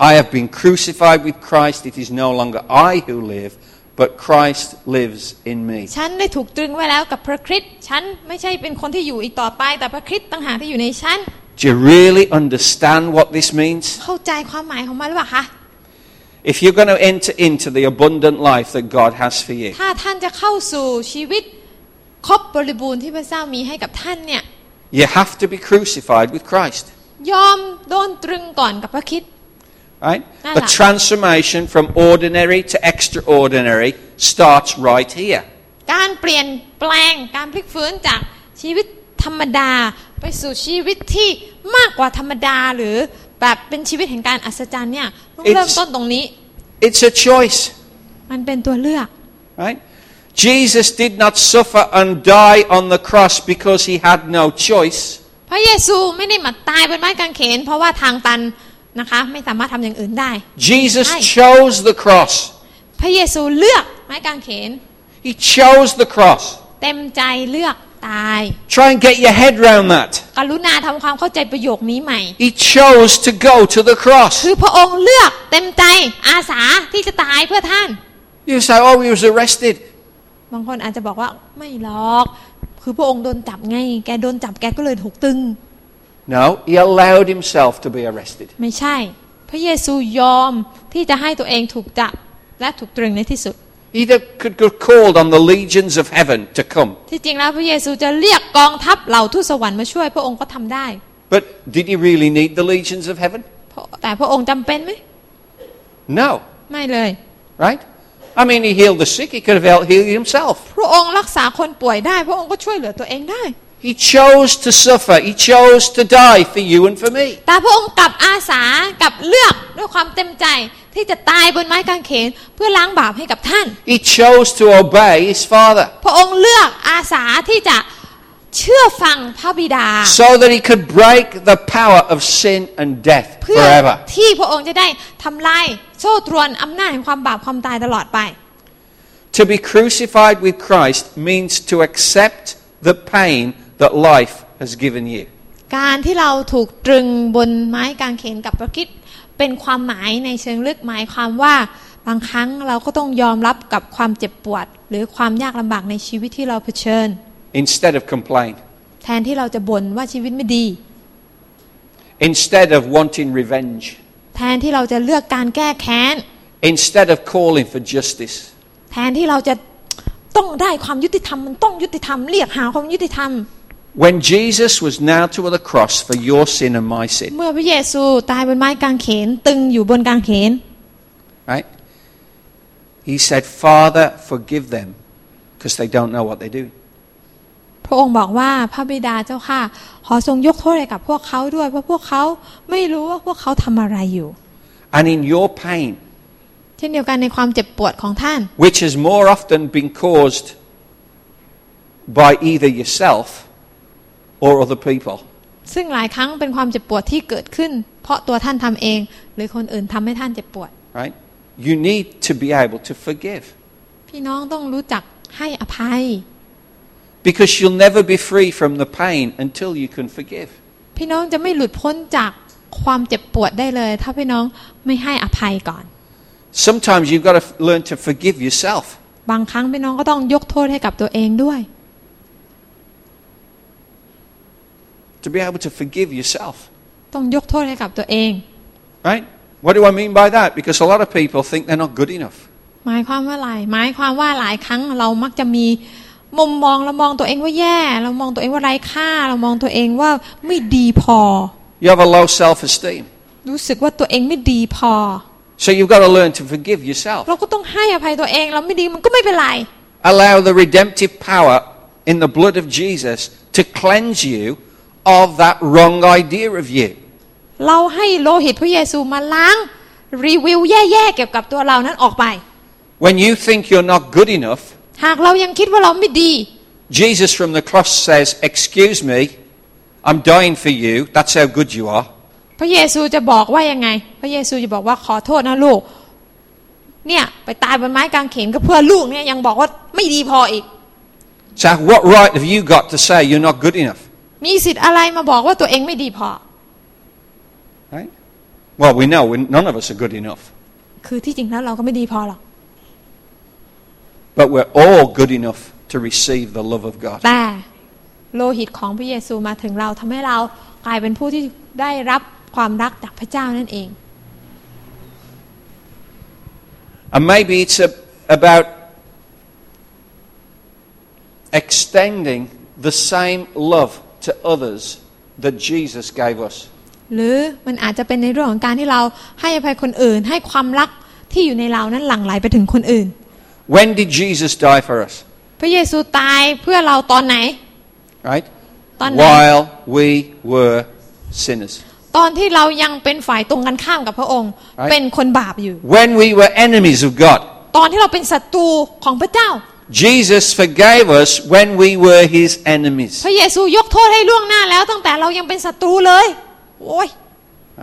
A: I have been crucified with Christ. It is no longer I who live, but Christ lives in me.
B: ฉันได้ถูกตรึงไว้แล้วกับพระคริสต์ฉันไม่ใช่เป็นคนที่อยู่อีกต่อไป แต่พระคริสต์ต่างหากที่อยู่ในฉัน
A: Do you really understand what this means?
B: เข้าใจความหมายของมันหรือเปล่าคะ
A: If you're going to enter into the abundant life that God has for you,
B: ถ้าท่านจะเข้าสู่ชีวิตครบบริบูรณ์ที่พระเจ้ามีให้กับท่านเนี่ย
A: you have to be crucified with Christ.
B: ยอมโดนตรึงก่อนกับพระคริด
A: Right?
B: No,
A: The
B: no.
A: transformation from ordinary to extraordinary starts right here.
B: การเปลี่ยนแปลงการพลิกฟื้นจากชีวิตธรรมดา ไปสู่ชีวิตที่มากกว่าธรรมดาหรือแบบเป็นชีวิตแห่งการอัศจรรย์เนี่ยต้อง
A: It's-
B: เริ่มต้นตรงนี้
A: It's a choice.
B: มันเป็นตัวเลือก
A: Right? Jesus did not suffer and die on the cross because he had no choice.
B: พระเยซูไม่ได้มาตายบนไม้กางเขน เพราะว่าทางตันนะคะไม่สามารถทำอย่างอื่นได้
A: Jesus
B: Aye.
A: chose the cross.
B: พระเยซูเลือกไม้กางเขน
A: He chose the cross.
B: เต็มใจเลือกตาย
A: Try and get your head round that.
B: กรุณาทำความเข้าใจประโยคนี้ใหม่
A: He chose to go to the cross.
B: คือพระองค์เลือกเต็มใจอาสาที่จะตายเพื่อท่าน
A: You say, oh, he was arrested.
B: บางคนอาจจะบอกว่าไม่หรอก คือพระองค์โดนจับไง แกโดนจับแกก็เลยถูกตึง
A: No, he allowed himself to be arrested.
B: ไม่ใช่ พระเยซูยอมที่จะให้ตัวเองถูกจับและถูกตรึงในที่สุด
A: He d- could have called on the legions of heaven to come.
B: ที่จริงแล้วพระเยซูจะเรียกกองทัพเหล่าทูตสวรรค์มาช่วย พระองค์ก็ทำได้
A: But did he really need the legions of heaven?
B: เพราะแต่พระองค์จำเป็นไหม
A: No,
B: ไม่เลย
A: right? I mean, he healed the sick, he could have hel- healed himself.
B: พระองค์รักษาคนป่วยได้ พระองค์ก็ช่วยเหลือตัวเองได้
A: He chose to suffer, he chose to die for you and for me.
B: แต่พระองค์กลับอาสากลับเลือกด้วยความเต็มใจที่จะตายบนไม้กางเขนเพื่อล้างบาปให้กับท่าน
A: He chose to obey his father
B: พระองค์เลือกอาสาที่จะเชื่อฟังพระบิดา
A: so that he could break the power of sin and death
B: เพื่อ
A: forever.
B: ที่พระองค์จะได้ทำลายโซ่ตรวนอำนาจแห่งความบาปความตายตลอดไป
A: To be crucified with Christ means to accept the pain that life has given you.
B: การที่เราถูกตรึงบนไม้กางเขนกับพระคริดเป็นความหมายในเชิงลึกหมายความว่าบางครั้งเราก็ต้องยอมรับกับความเจ็บปวด หรือความยากลำบากในชีวิตที่เราเผชิญ
A: Instead of complain,
B: แทนที่เราจะบ่นว่าชีวิตไม่ดี
A: instead of wanting revenge,
B: แทนที่เราจะเลือกการแก้แค้น
A: instead of calling for justice,
B: แทนที่เราจะต้องได้ความยุติธรรมมันต้องยุติธรรมเรียกหาความยุติธรรม
A: When Jesus was nailed to the cross for your sin and my sin,
B: เมื่อพระเยซูตายบนไม้กางเขนตึงอยู่บนกางเขน
A: right? He said, Father, forgive them because they don't know what they're doing.
B: พระองค์บอกว่าพระบิดาเจ้าค่ะ ขอทรงยกโทษให้กับพวกเขาด้วย เพราะพวกเขาไม่รู้ว่าพวกเขาทำอะไรอยู่
A: And in your pain,
B: เช่นเดียวกันในความเจ็บปวดของท่าน
A: which has more often been caused by either yourself or other people,
B: ซึ่งหลายครั้งเป็นความเจ็บปวดที่เกิดขึ้น เพราะตัวท่านทำเอง หรือคนอื่นทำให้ท่านเจ็บปวด
A: right? You need to be able to forgive
B: พี่น้องต้องรู้จักให้อภัย
A: because you'll never be free from the pain until you can forgive.
B: พี่น้องจะไม่หลุดพ้นจากความเจ็บปวดได้เลย ถ้าพี่น้องไม่ให้อภัยก่อน
A: Sometimes you've got to f- learn to forgive yourself.
B: บางครั้งพี่น้องก็ต้องยกโทษให้กับตัวเองด้วย
A: To be able to forgive yourself,
B: ต้องยกโทษให้กับตัวเอง
A: right? What do I mean by that? Because a lot of people think they're not good enough.
B: หมายความว่าอะไรหมายความว่าหลายครั้งเรามักจะมี มุมมองเรามองตัวเองว่าแย่ เรามองตัวเองว่าไร้ค่า เรามองตัวเองว่าไม่ดีพอ
A: You have a low self esteem.
B: รู้สึกว่าตัวเองไม่ดีพอ
A: So you've got to learn to forgive yourself.
B: เราก็ต้องให้อภัยตัวเองเราไม่ดีมันก็ไม่เป็นไร
A: Allow the redemptive power in the blood of Jesus to cleanse you of that wrong idea of you.
B: เราให้โลหิตพระเยซูมาล้าง รีวิวแย่ๆเกี่ยวกับตัวเรานั้นออกไป
A: When you think you're not good enough,
B: หากเรายังคิดว่าเราไม่ดี
A: Jesus from the cross says, Excuse me, I'm dying for you. That's how good you are.
B: พระเยซูจะบอกว่ายังไง พระเยซูจะบอกว่าขอโทษนะลูก เนี่ยไปตายบนไม้กางเขนก็เพื่อลูกเนี่ยยังบอกว่าไม่ดีพออีก
A: So, what right have you got to say you're not good enough?
B: มีสิทธิ์อะไรมาบอกว่าตัวเองไม่ดีพอ
A: Right? Well, we know we, none of us are good enough,
B: คือที่จริงแล้วเราก็ไม่ดีพอหรอก
A: but we're all good enough to receive the love of God.
B: แต่โลหิตของพระเยซูมาถึงเราทำให้เรากลายเป็นผู้ที่ได้รับความรักจากพระเจ้านั่นเอง
A: And maybe it's a, about extending the same love to others that Jesus gave us.
B: หรือมันอาจจะเป็นในเรื่องของการที่เราให้อภัยคนอื่น ให้ความรักที่อยู่ในเรานั้นหลั่งไหลไปถึงคนอื่น
A: When did Jesus die for us?
B: พระเยซูตายเพื่อเราตอนไหน
A: Right?
B: Tao nói.
A: While we were sinners.
B: ตอนที่เรายังเป็นฝ่ายตรงกันข้ามกับพระองค์
A: Right.
B: เป็นคนบาปอยู่
A: When we were enemies of God.
B: ตอนที่เราเป็นศัตรูของพระเจ้า
A: Jesus forgave us when we were his
B: พ
A: enemies.
B: ระเยซูยกโทษให้ล่วงหน้าแล้ว ตั้งแต่เรายังเป็นศัตรูเลย โอ้ย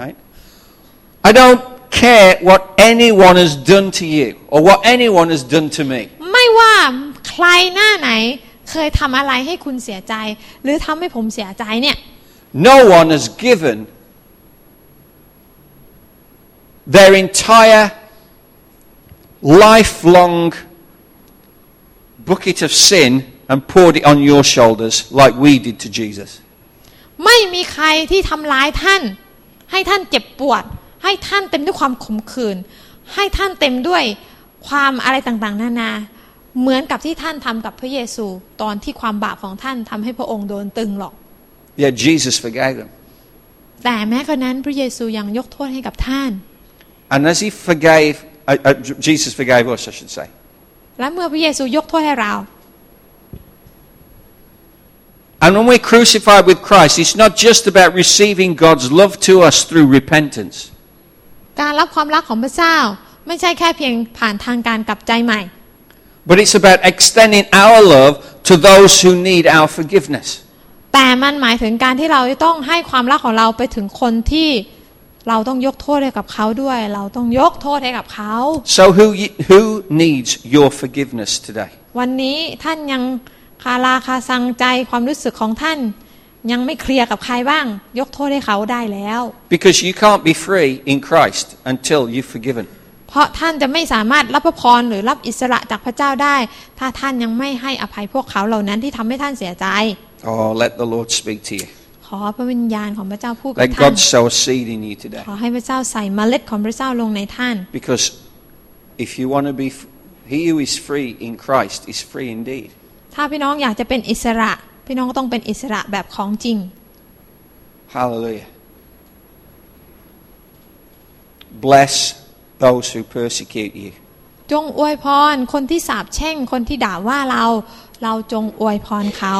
A: Right? I don't care what anyone has done to you or what anyone has done to me.
B: ไม่ว่าใครหน้าไหน เคยทำอะไรให้คุณเสียใจ หรือทำให้ผมเสียใจเนี่ย
A: No one has given their entire lifelong bucket of sin and poured it on your shoulders like we did to Jesus.
B: ไม่มีใครที่ทำร้ายท่าน ให้ท่านเจ็บปวด ให้ท่านเต็มด้วยความขมขื่นให้ท่านเต็มด้วยความอะไรต่างๆ นานา เหมือนกับที่ท่านทำกับพระเยซู ตอนที่ความบาปของท่านทำให้พระองค์โดนตึงหรอก
A: Yet Jesus forgave them.
B: แต่แม้กระนั้นพระเยซูยังยกโทษให้กับท่าน
A: And as he forgave, uh, uh, J- Jesus forgave us, I should say,
B: และเมื่อพระเยซูยกโทษให้เรา
A: And when we're crucified with Christ, it's not just about receiving God's love to us through repentance.
B: การรับความรักของพระเจ้า ไม่ใช่แค่เพียงผ่านทางการกลับใจใหม่
A: But it's about extending our love to those who need our forgiveness.
B: แต่มันหมายถึงการที่เราจะต้องให้ความรักของเราไปถึงคนที่เราต้องยกโทษให้กับเขาด้วย เราต้องยกโทษให้กับเขา
A: So who, y- who needs your forgiveness today?
B: วันนี้ท่านยังคาราคาซังใจความรู้สึกของท่าน ยังไม่เคลียร์กับใครบ้าง ยกโทษให้เขาได้แล้ว
A: Because you can't be free in Christ until you've forgiven.
B: เพราะท่านจะไม่สามารถรับพระพรหรือรับอิสระจากพระเจ้าได้ ถ้าท่านยังไม่ให้อภัยพวกเขาเหล่านั้นที่ทำให้ท่านเสียใจ
A: Oh, let the Lord speak to you.
B: ขอพระวิญญาณของพระเจ้าพูดกับ
A: Let
B: ท่า
A: God
B: น
A: sow a seed in you today.
B: ขอให้พระเจ้าใส่เมล็ดของพระเจ้าลงในท่าน
A: Because if you want to be, f- he who is free in Christ is free indeed.
B: ถ้าพี่น้องอยากจะเป็นอิสระ พี่น้องก็ต้องเป็นอิสระแบบของจริง
A: Hallelujah. Bless those who persecute you.
B: จงอวยพรคนที่สาปแช่งคนที่ด่าว่าเรา เราจงอวยพรเขา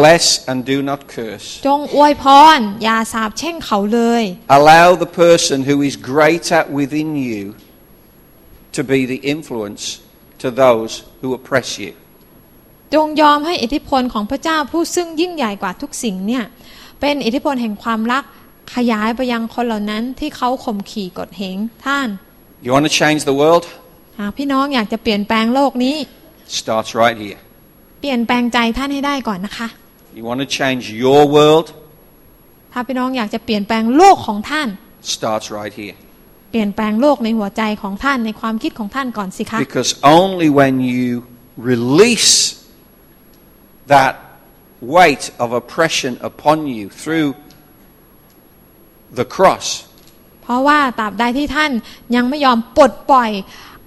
A: Bless and do not curse.
B: จงอวยพรอย่าสาปแช่งเขาเลย
A: Allow the person who is greater within you to be the influence to those who oppress you.
B: จงยอมให้อิทธิพลของพระเจ้าผู้ซึ่งยิ่งใหญ่กว่าทุกสิ่งเนี่ยเป็นอิทธิพลแห่งความรักขยายไปยังคนเหล่านั้นที่เขาข่มขี่กดเหงท่าน
A: You want to change the world?
B: หากพี่น้องอยากจะเปลี่ยนแปลงโลกนี้
A: Starts right here.
B: เปลี่ยนแปลงใจท่านให้ได้ก่อนนะคะ
A: You want to change your world?
B: ถ้าพี่น้องอยากจะเปลี่ยนแปลงโลกของท่าน
A: Starts right here.
B: เปลี่ยนแปลงโลกในหัวใจของท่านในความคิดของท่านก่อนสิคะ
A: Because only when you release that weight of oppression upon you through the cross
B: เพราะว่าตราบใดที่ท่านยังไม่ยอมปลดปล่อย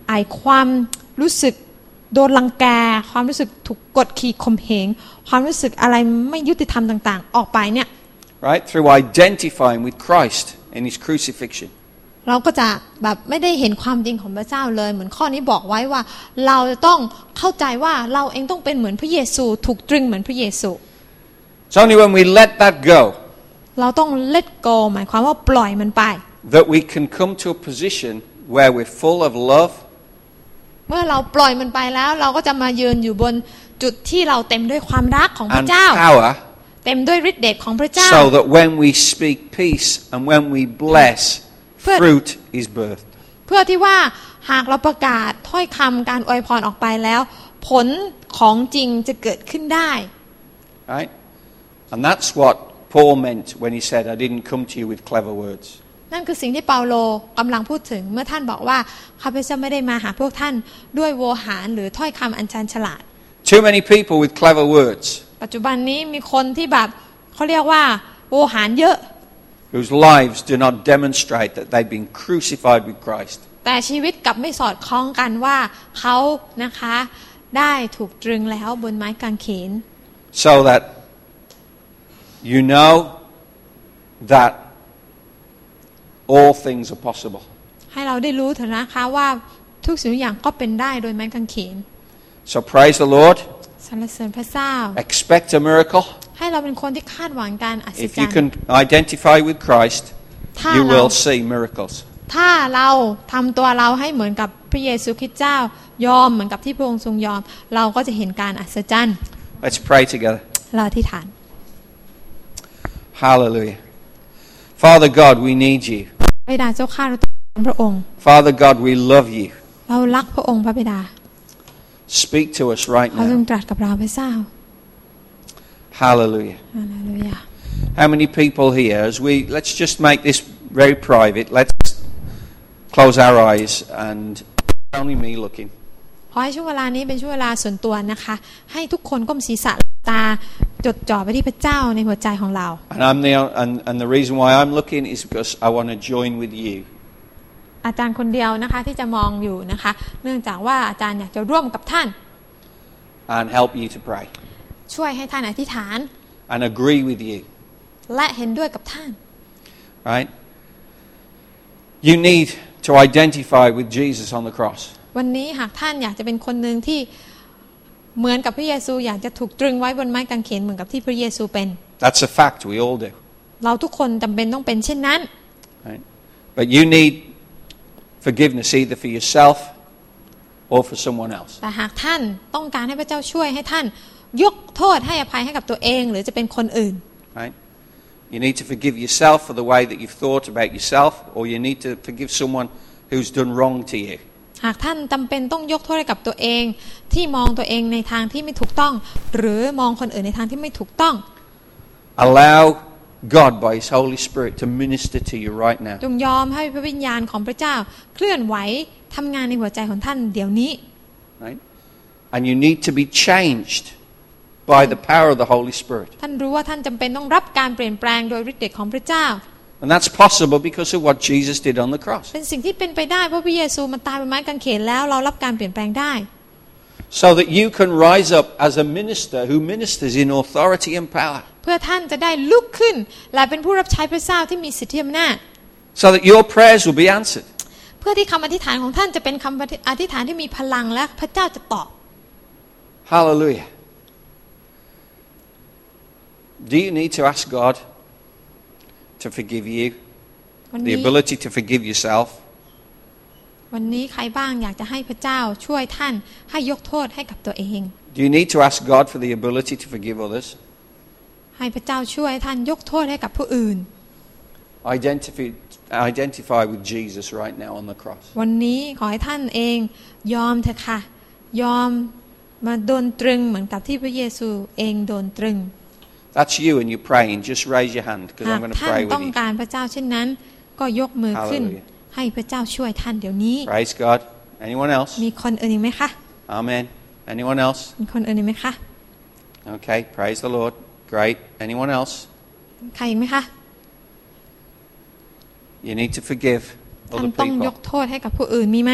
B: ไอความรู้สึก โดนรังแก ความรู้สึกถูกกดขี่ข่มเหงความรู้สึกอะไรไม่ยุติธรรมต่าง ๆ ออกไปเนี่ย
A: right? Through identifying with Christ in his crucifixion.
B: เราก็จะแบบไม่ได้เห็นความจริงของพระเจ้าเลย เหมือนข้อนี้บอกไว้ว่า เราจะต้องเข้าใจว่าเราเองต้องเป็นเหมือนพระเยซู ถูกตรึงเหมือนพระเยซู
A: It's only when we let that go
B: เราต้อง let go หมายความว่าปล่อยมันไป
A: that we can come to a position where we're full of love,
B: เมื่อเราปล่อยมันไปแล้ว เราก็จะมายืนอยู่บนจุดที่เราเต็มด้วยความรักของ
A: and
B: พระเจ้า
A: power
B: เต็มด้วยฤทธิ์เดชของพระเจ้า
A: so that when we speak peace and when we bless,
B: But-
A: fruit is birthed.
B: เพื่อที่ว่าหากเราประกาศถ้อยคำการอวยพรออกไปแล้ว ผลของจริงจะเกิดขึ้นได้
A: Right? And that's what Paul meant when he said, I didn't come to you with clever words.
B: นั่นคือสิ่งที่เปาโลกำลังพูดถึงเมื่อท่านบอกว่าข้าพเจ้าไม่ได้มาหาพวกท่านด้วยโวหารหรือถ้อยคำอันชันฉลาด
A: Too many people with clever words
B: ปัจจุบันนี้มีคนที่แบบเขาเรียกว่าโวหารเยอะ
A: whose lives do not demonstrate that they've been crucified with Christ.
B: แต่ชีวิตกลับไม่สอดคล้องกันว่าเขานะคะ ได้ถูกตรึงแล้วบนไม้กางเขน
A: So that you know that all things are possible.
B: ให้เราได้รู้เถอะนะคะว่าทุกสิ่งทุกอย่างก็เป็นได้โดยไม้กางเขน
A: So praise the Lord.
B: สรรเสริญพระเจ้า
A: Expect a miracle.
B: ให้เราเป็นคนที่คาดหวังการอัศ
A: If
B: จร
A: you
B: รย์
A: can identify with Christ,
B: Ta
A: you will
B: nào.
A: see miracles.
B: ถ้าเราทำตัวเราให้เหมือนกับพระเยซูคริสต์เจ้ายอมเหมือนกับที่พระองค์ทรงยอม เราก็จะเห็นการอัศจรรย์
A: Let's pray together.
B: เราอธิษฐาน
A: Hallelujah. Father God, we need you.
B: พระบิดาเจ้าข้าเราต้องการพระองค์
A: Father God, we love you.
B: เรารักพระองค์พระบิดา
A: Speak to us right
B: พระอง
A: now.
B: ค์ตรัสกับเราพระเจ้า
A: Hallelujah.
B: ฮาเลลูยา
A: How many people here? As we let's just make this very private. Let's close our eyes and only me looking.
B: ขอให้ช่วงเวลานี้เป็นช่วงเวลาส่วนตัวนะคะ ให้ทุกคนก้มศีรษะตาจดจ่อไปที่พระเจ้าในหัวใจของเรา
A: And I'm the and, and the reason why I'm looking is because I want to join with you.
B: อาจารย์คนเดียวนะคะที่จะมองอยู่นะคะ เนื่องจากว่าอาจารย์อยากจะร่วมกับท่าน
A: and help you to pray
B: ช่วยให้ท่านอธิษฐาน
A: and agree with you,
B: และเห็นด้วยกับท่าน
A: right? You need to identify with Jesus on the cross.
B: วันนี้หากท่านอยากจะเป็นคนหนึ่งที่เหมือนกับพระเยซู อยากจะถูกตรึงไว้บนไม้กางเขนเหมือนกับที่พระเยซูเป็น
A: That's a fact, we all do.
B: เราทุกคนจำเป็นต้องเป็นเช่นนั้น
A: Right? But you need forgiveness either for yourself or for someone else.
B: แต่หากท่านต้องการให้พระเจ้าช่วยให้ท่าน ยกโทษให้อภัยให้กับตัวเอง หรือจะเป็นคนอื่น
A: Right? You need to forgive yourself for the way that you've thought about yourself, or you need to forgive someone who's done wrong to you.
B: หากท่านจำเป็นต้องยกโทษให้กับตัวเอง ที่มองตัวเองในทางที่ไม่ถูกต้อง หรือมองคนอื่นในทางที่ไม่ถูกต้อง
A: Allow God by His Holy Spirit to minister to you right now.
B: จงยอมให้พระวิญญาณของพระเจ้า เคลื่อนไหวทำงานในหัวใจของท่านเดี๋ยวนี้
A: right? And you need to be changed by the power of the Holy Spirit.
B: ท่านรู้ว่าท่านจำเป็นต้องรับการเปลี่ยนแปลงโดยฤทธิ์เดชของพระเจ้า
A: And that's possible because of what Jesus did on the cross.
B: เป็นสิ่งที่เป็นไปได้เพราะพระเยซูมันตายบนไม้กางเขนแล้วเรารับการเปลี่ยนแปลงได้
A: So that you can rise up as a minister who ministers in authority and power.
B: เพื่อท่านจะได้ลุกขึ้น และเป็นผู้รับใช้พระเจ้าที่มีสิทธิอำนาจ
A: So that your prayers will be answered.
B: เพื่อที่คำอธิษฐานของท่านจะเป็นคำอธิษฐานที่มีพลังและพระเจ้าจะตอบ
A: Hallelujah. Do you need to ask God to forgive you?
B: วัน
A: The
B: นี้
A: ability to forgive yourself?
B: วันนี้ใครบ้างอยากจะให้พระเจ้าช่วยท่านให้ยกโทษให้กับตัวเอง
A: Do you need to ask God for the ability to forgive others?
B: ให้พระเจ้าช่วยให้ท่านยกโทษให้กับผู้อื่น
A: Identify, identify with Jesus right now on the cross.
B: วันนี้ขอให้ท่านเองยอมเถอะค่ะ ยอมมาโดนตรึงเหมือนกับที่พระเยซูเองโดนตรึง
A: That's you and you're praying. Just raise your hand because
B: หา
A: I'm
B: ก
A: going to
B: ท่าน
A: pray with
B: ต้อง
A: you.
B: การพระเจ้าเช่นนั้น ก็ยกมือขึ้น
A: Hallelujah.
B: ให้พระเจ้าช่วยท่านเดี๋ยวนี้
A: Praise God. Anyone else?
B: มีคนอื่นอีกไหมคะ
A: Amen. Anyone else?
B: มีคนอื่นอีกไหมคะ
A: Okay. Praise the Lord. Great. Anyone else?
B: ใครอีกไหมคะ
A: You need to forgive
B: ท่าน
A: other
B: ต้องย
A: people.
B: กโทษให้กับผู้อื่นมีไหม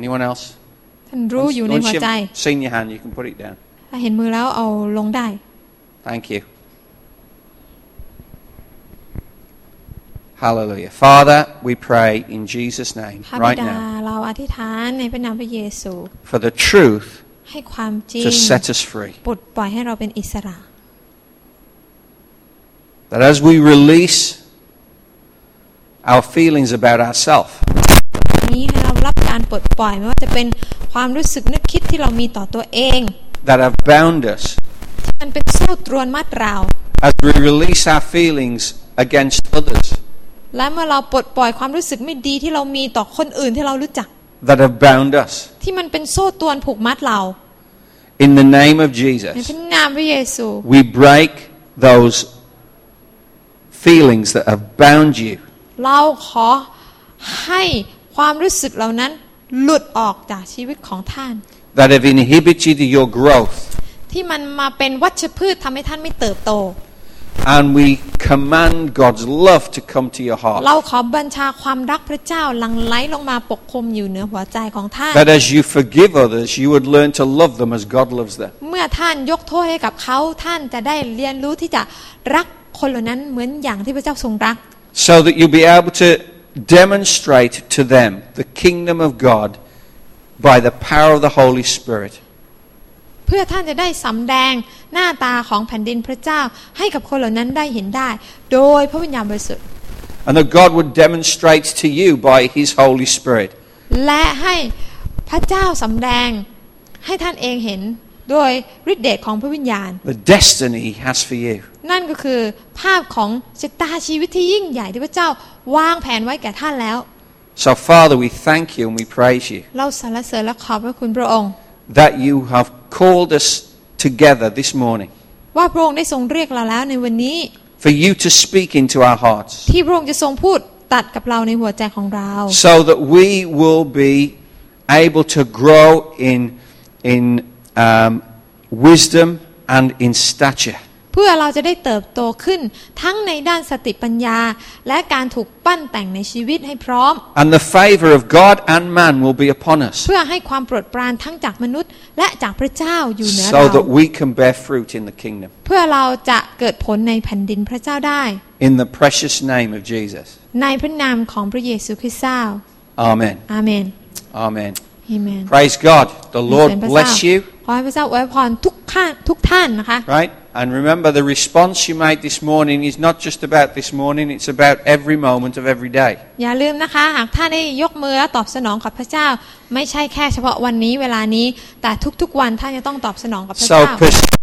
A: Anyone else?
B: ท่านรู้อยู่ใน
A: Once
B: หัว
A: you've
B: ใจ
A: seen your hand, you can put it down.
B: ถ้าเห็นมือแล้วเอาลงได้
A: Thank you. Hallelujah. Father, we pray in Jesus' name
B: พระบิ
A: right
B: ดา
A: now
B: เราอธิษฐานในพระนามพระเยซู
A: for the truth
B: ให้ความจริง
A: to set us free.
B: ปลดปล่อยให้เราเป็นอิสระ
A: That as we release our feelings about ourselves,
B: นี้ให้เรารับการปลดปล่อยไม่ว่าจะเป็นความรู้สึกนึกคิดที่เรามีต่อตัวเอง
A: that have bound us,
B: มันเป็นโซ่ตรวนมัดเรา
A: as we release our feelings against others
B: และเมื่อเราปลดปล่อยความรู้สึกไม่ดีที่เรามีต่อคนอื่นที่เรารู้จัก
A: that have bound us,
B: ที่มันเป็นโซ่ตรวนผูกมัดเรา
A: in the name of
B: ในพ
A: Jesus,
B: ระนามพระเยซู
A: we break those feelings that have bound you
B: เราขอให้ความรู้สึกเหล่านั้นหลุดออกจากชีวิตของท่าน
A: that have inhibited your growth.
B: ที่มันมาเป็นวัชพืชทำให้ท่านไม่เติบโต
A: And we command God's love to come to your heart.
B: เราขอบัญชาความรักพระเจ้าหลั่งไหลลงมาปกคลุมอยู่เหนือหัวใจของท่าน
A: That as you forgive others, you would learn to love them as God loves them.
B: เมื่อท่านยกโทษให้กับเขาท่านจะได้เรียนรู้ที่จะรักคนเหล่านั้นเหมือนอย่างที่พระเจ้าทรงรัก
A: So that you'll be able to demonstrate to them the kingdom of God by the power of the Holy Spirit.
B: เพื่อท่านจะได้สำแดงหน้าตาของแผ่นดินพระเจ้าให้กับคนเหล่านั้นได้เห็นได้ โดยพระวิญญาณบริสุทธิ์
A: And that God would demonstrate to you by His Holy Spirit
B: และให้พระเจ้าสำแดงให้ท่านเองเห็นโดยฤทธิเดชของพระวิญญาณ
A: the destiny He has for you.
B: นั่นก็คือภาพของชะตาชีวิตที่ยิ่งใหญ่ที่พระเจ้าวางแผนไว้แก่ท่านแล้ว
A: So, Father, we thank you and we praise you
B: เราสรรเสริญและขอบพระคุณพระองค์
A: that you have called us together this morning
B: ว่าพระองค์ได้ทรงเรียกเราแล้วในวันนี้
A: for you to speak into our hearts.
B: ที่พระองค์จะทรงพูดตัดกับเราในหัวใจของเรา
A: so that we will be able to grow in, in um, wisdom and in stature.
B: เพื่อเราจะได้เติบโตขึ้นทั้งในด้านสติปัญญา และการถูกปั้นแต่งในชีวิตให้พร้อม
A: And the favor of God and man will be upon us
B: เพื่อให้ความโปรดปรานทั้งจากมนุษย์ และจากพระเจ้าอยู่เหนือ
A: so
B: เรา
A: that we can bear fruit in the kingdom.
B: เพื่อเราจะเกิดผลในแผ่นดินพระเจ้าได้
A: In the precious name of Jesus.
B: ในพระนามของพระเยซูคริสต์เจ้า
A: Amen.
B: อาเม
A: Amen.
B: นอาเมน
A: Praise God. The
B: ขอบ
A: Lord
B: คุณพระเจ้า
A: bless you.
B: ขอให้พระเจ้าอวยพรทุกข้าทุกท่านนะคะ
A: Right? And remember, the response you made this morning is not just about this morning, it's about every moment of every day.
B: อย่าลืมนะคะ หากท่านได้ยกมือและตอบสนองกับพระเจ้า ไม่ใช่แค่เฉพาะวันนี้เวลานี้ แต่ทุกๆวันท่านจะต้องตอบสนองกับพ
A: So
B: ระเจ้า
A: pursue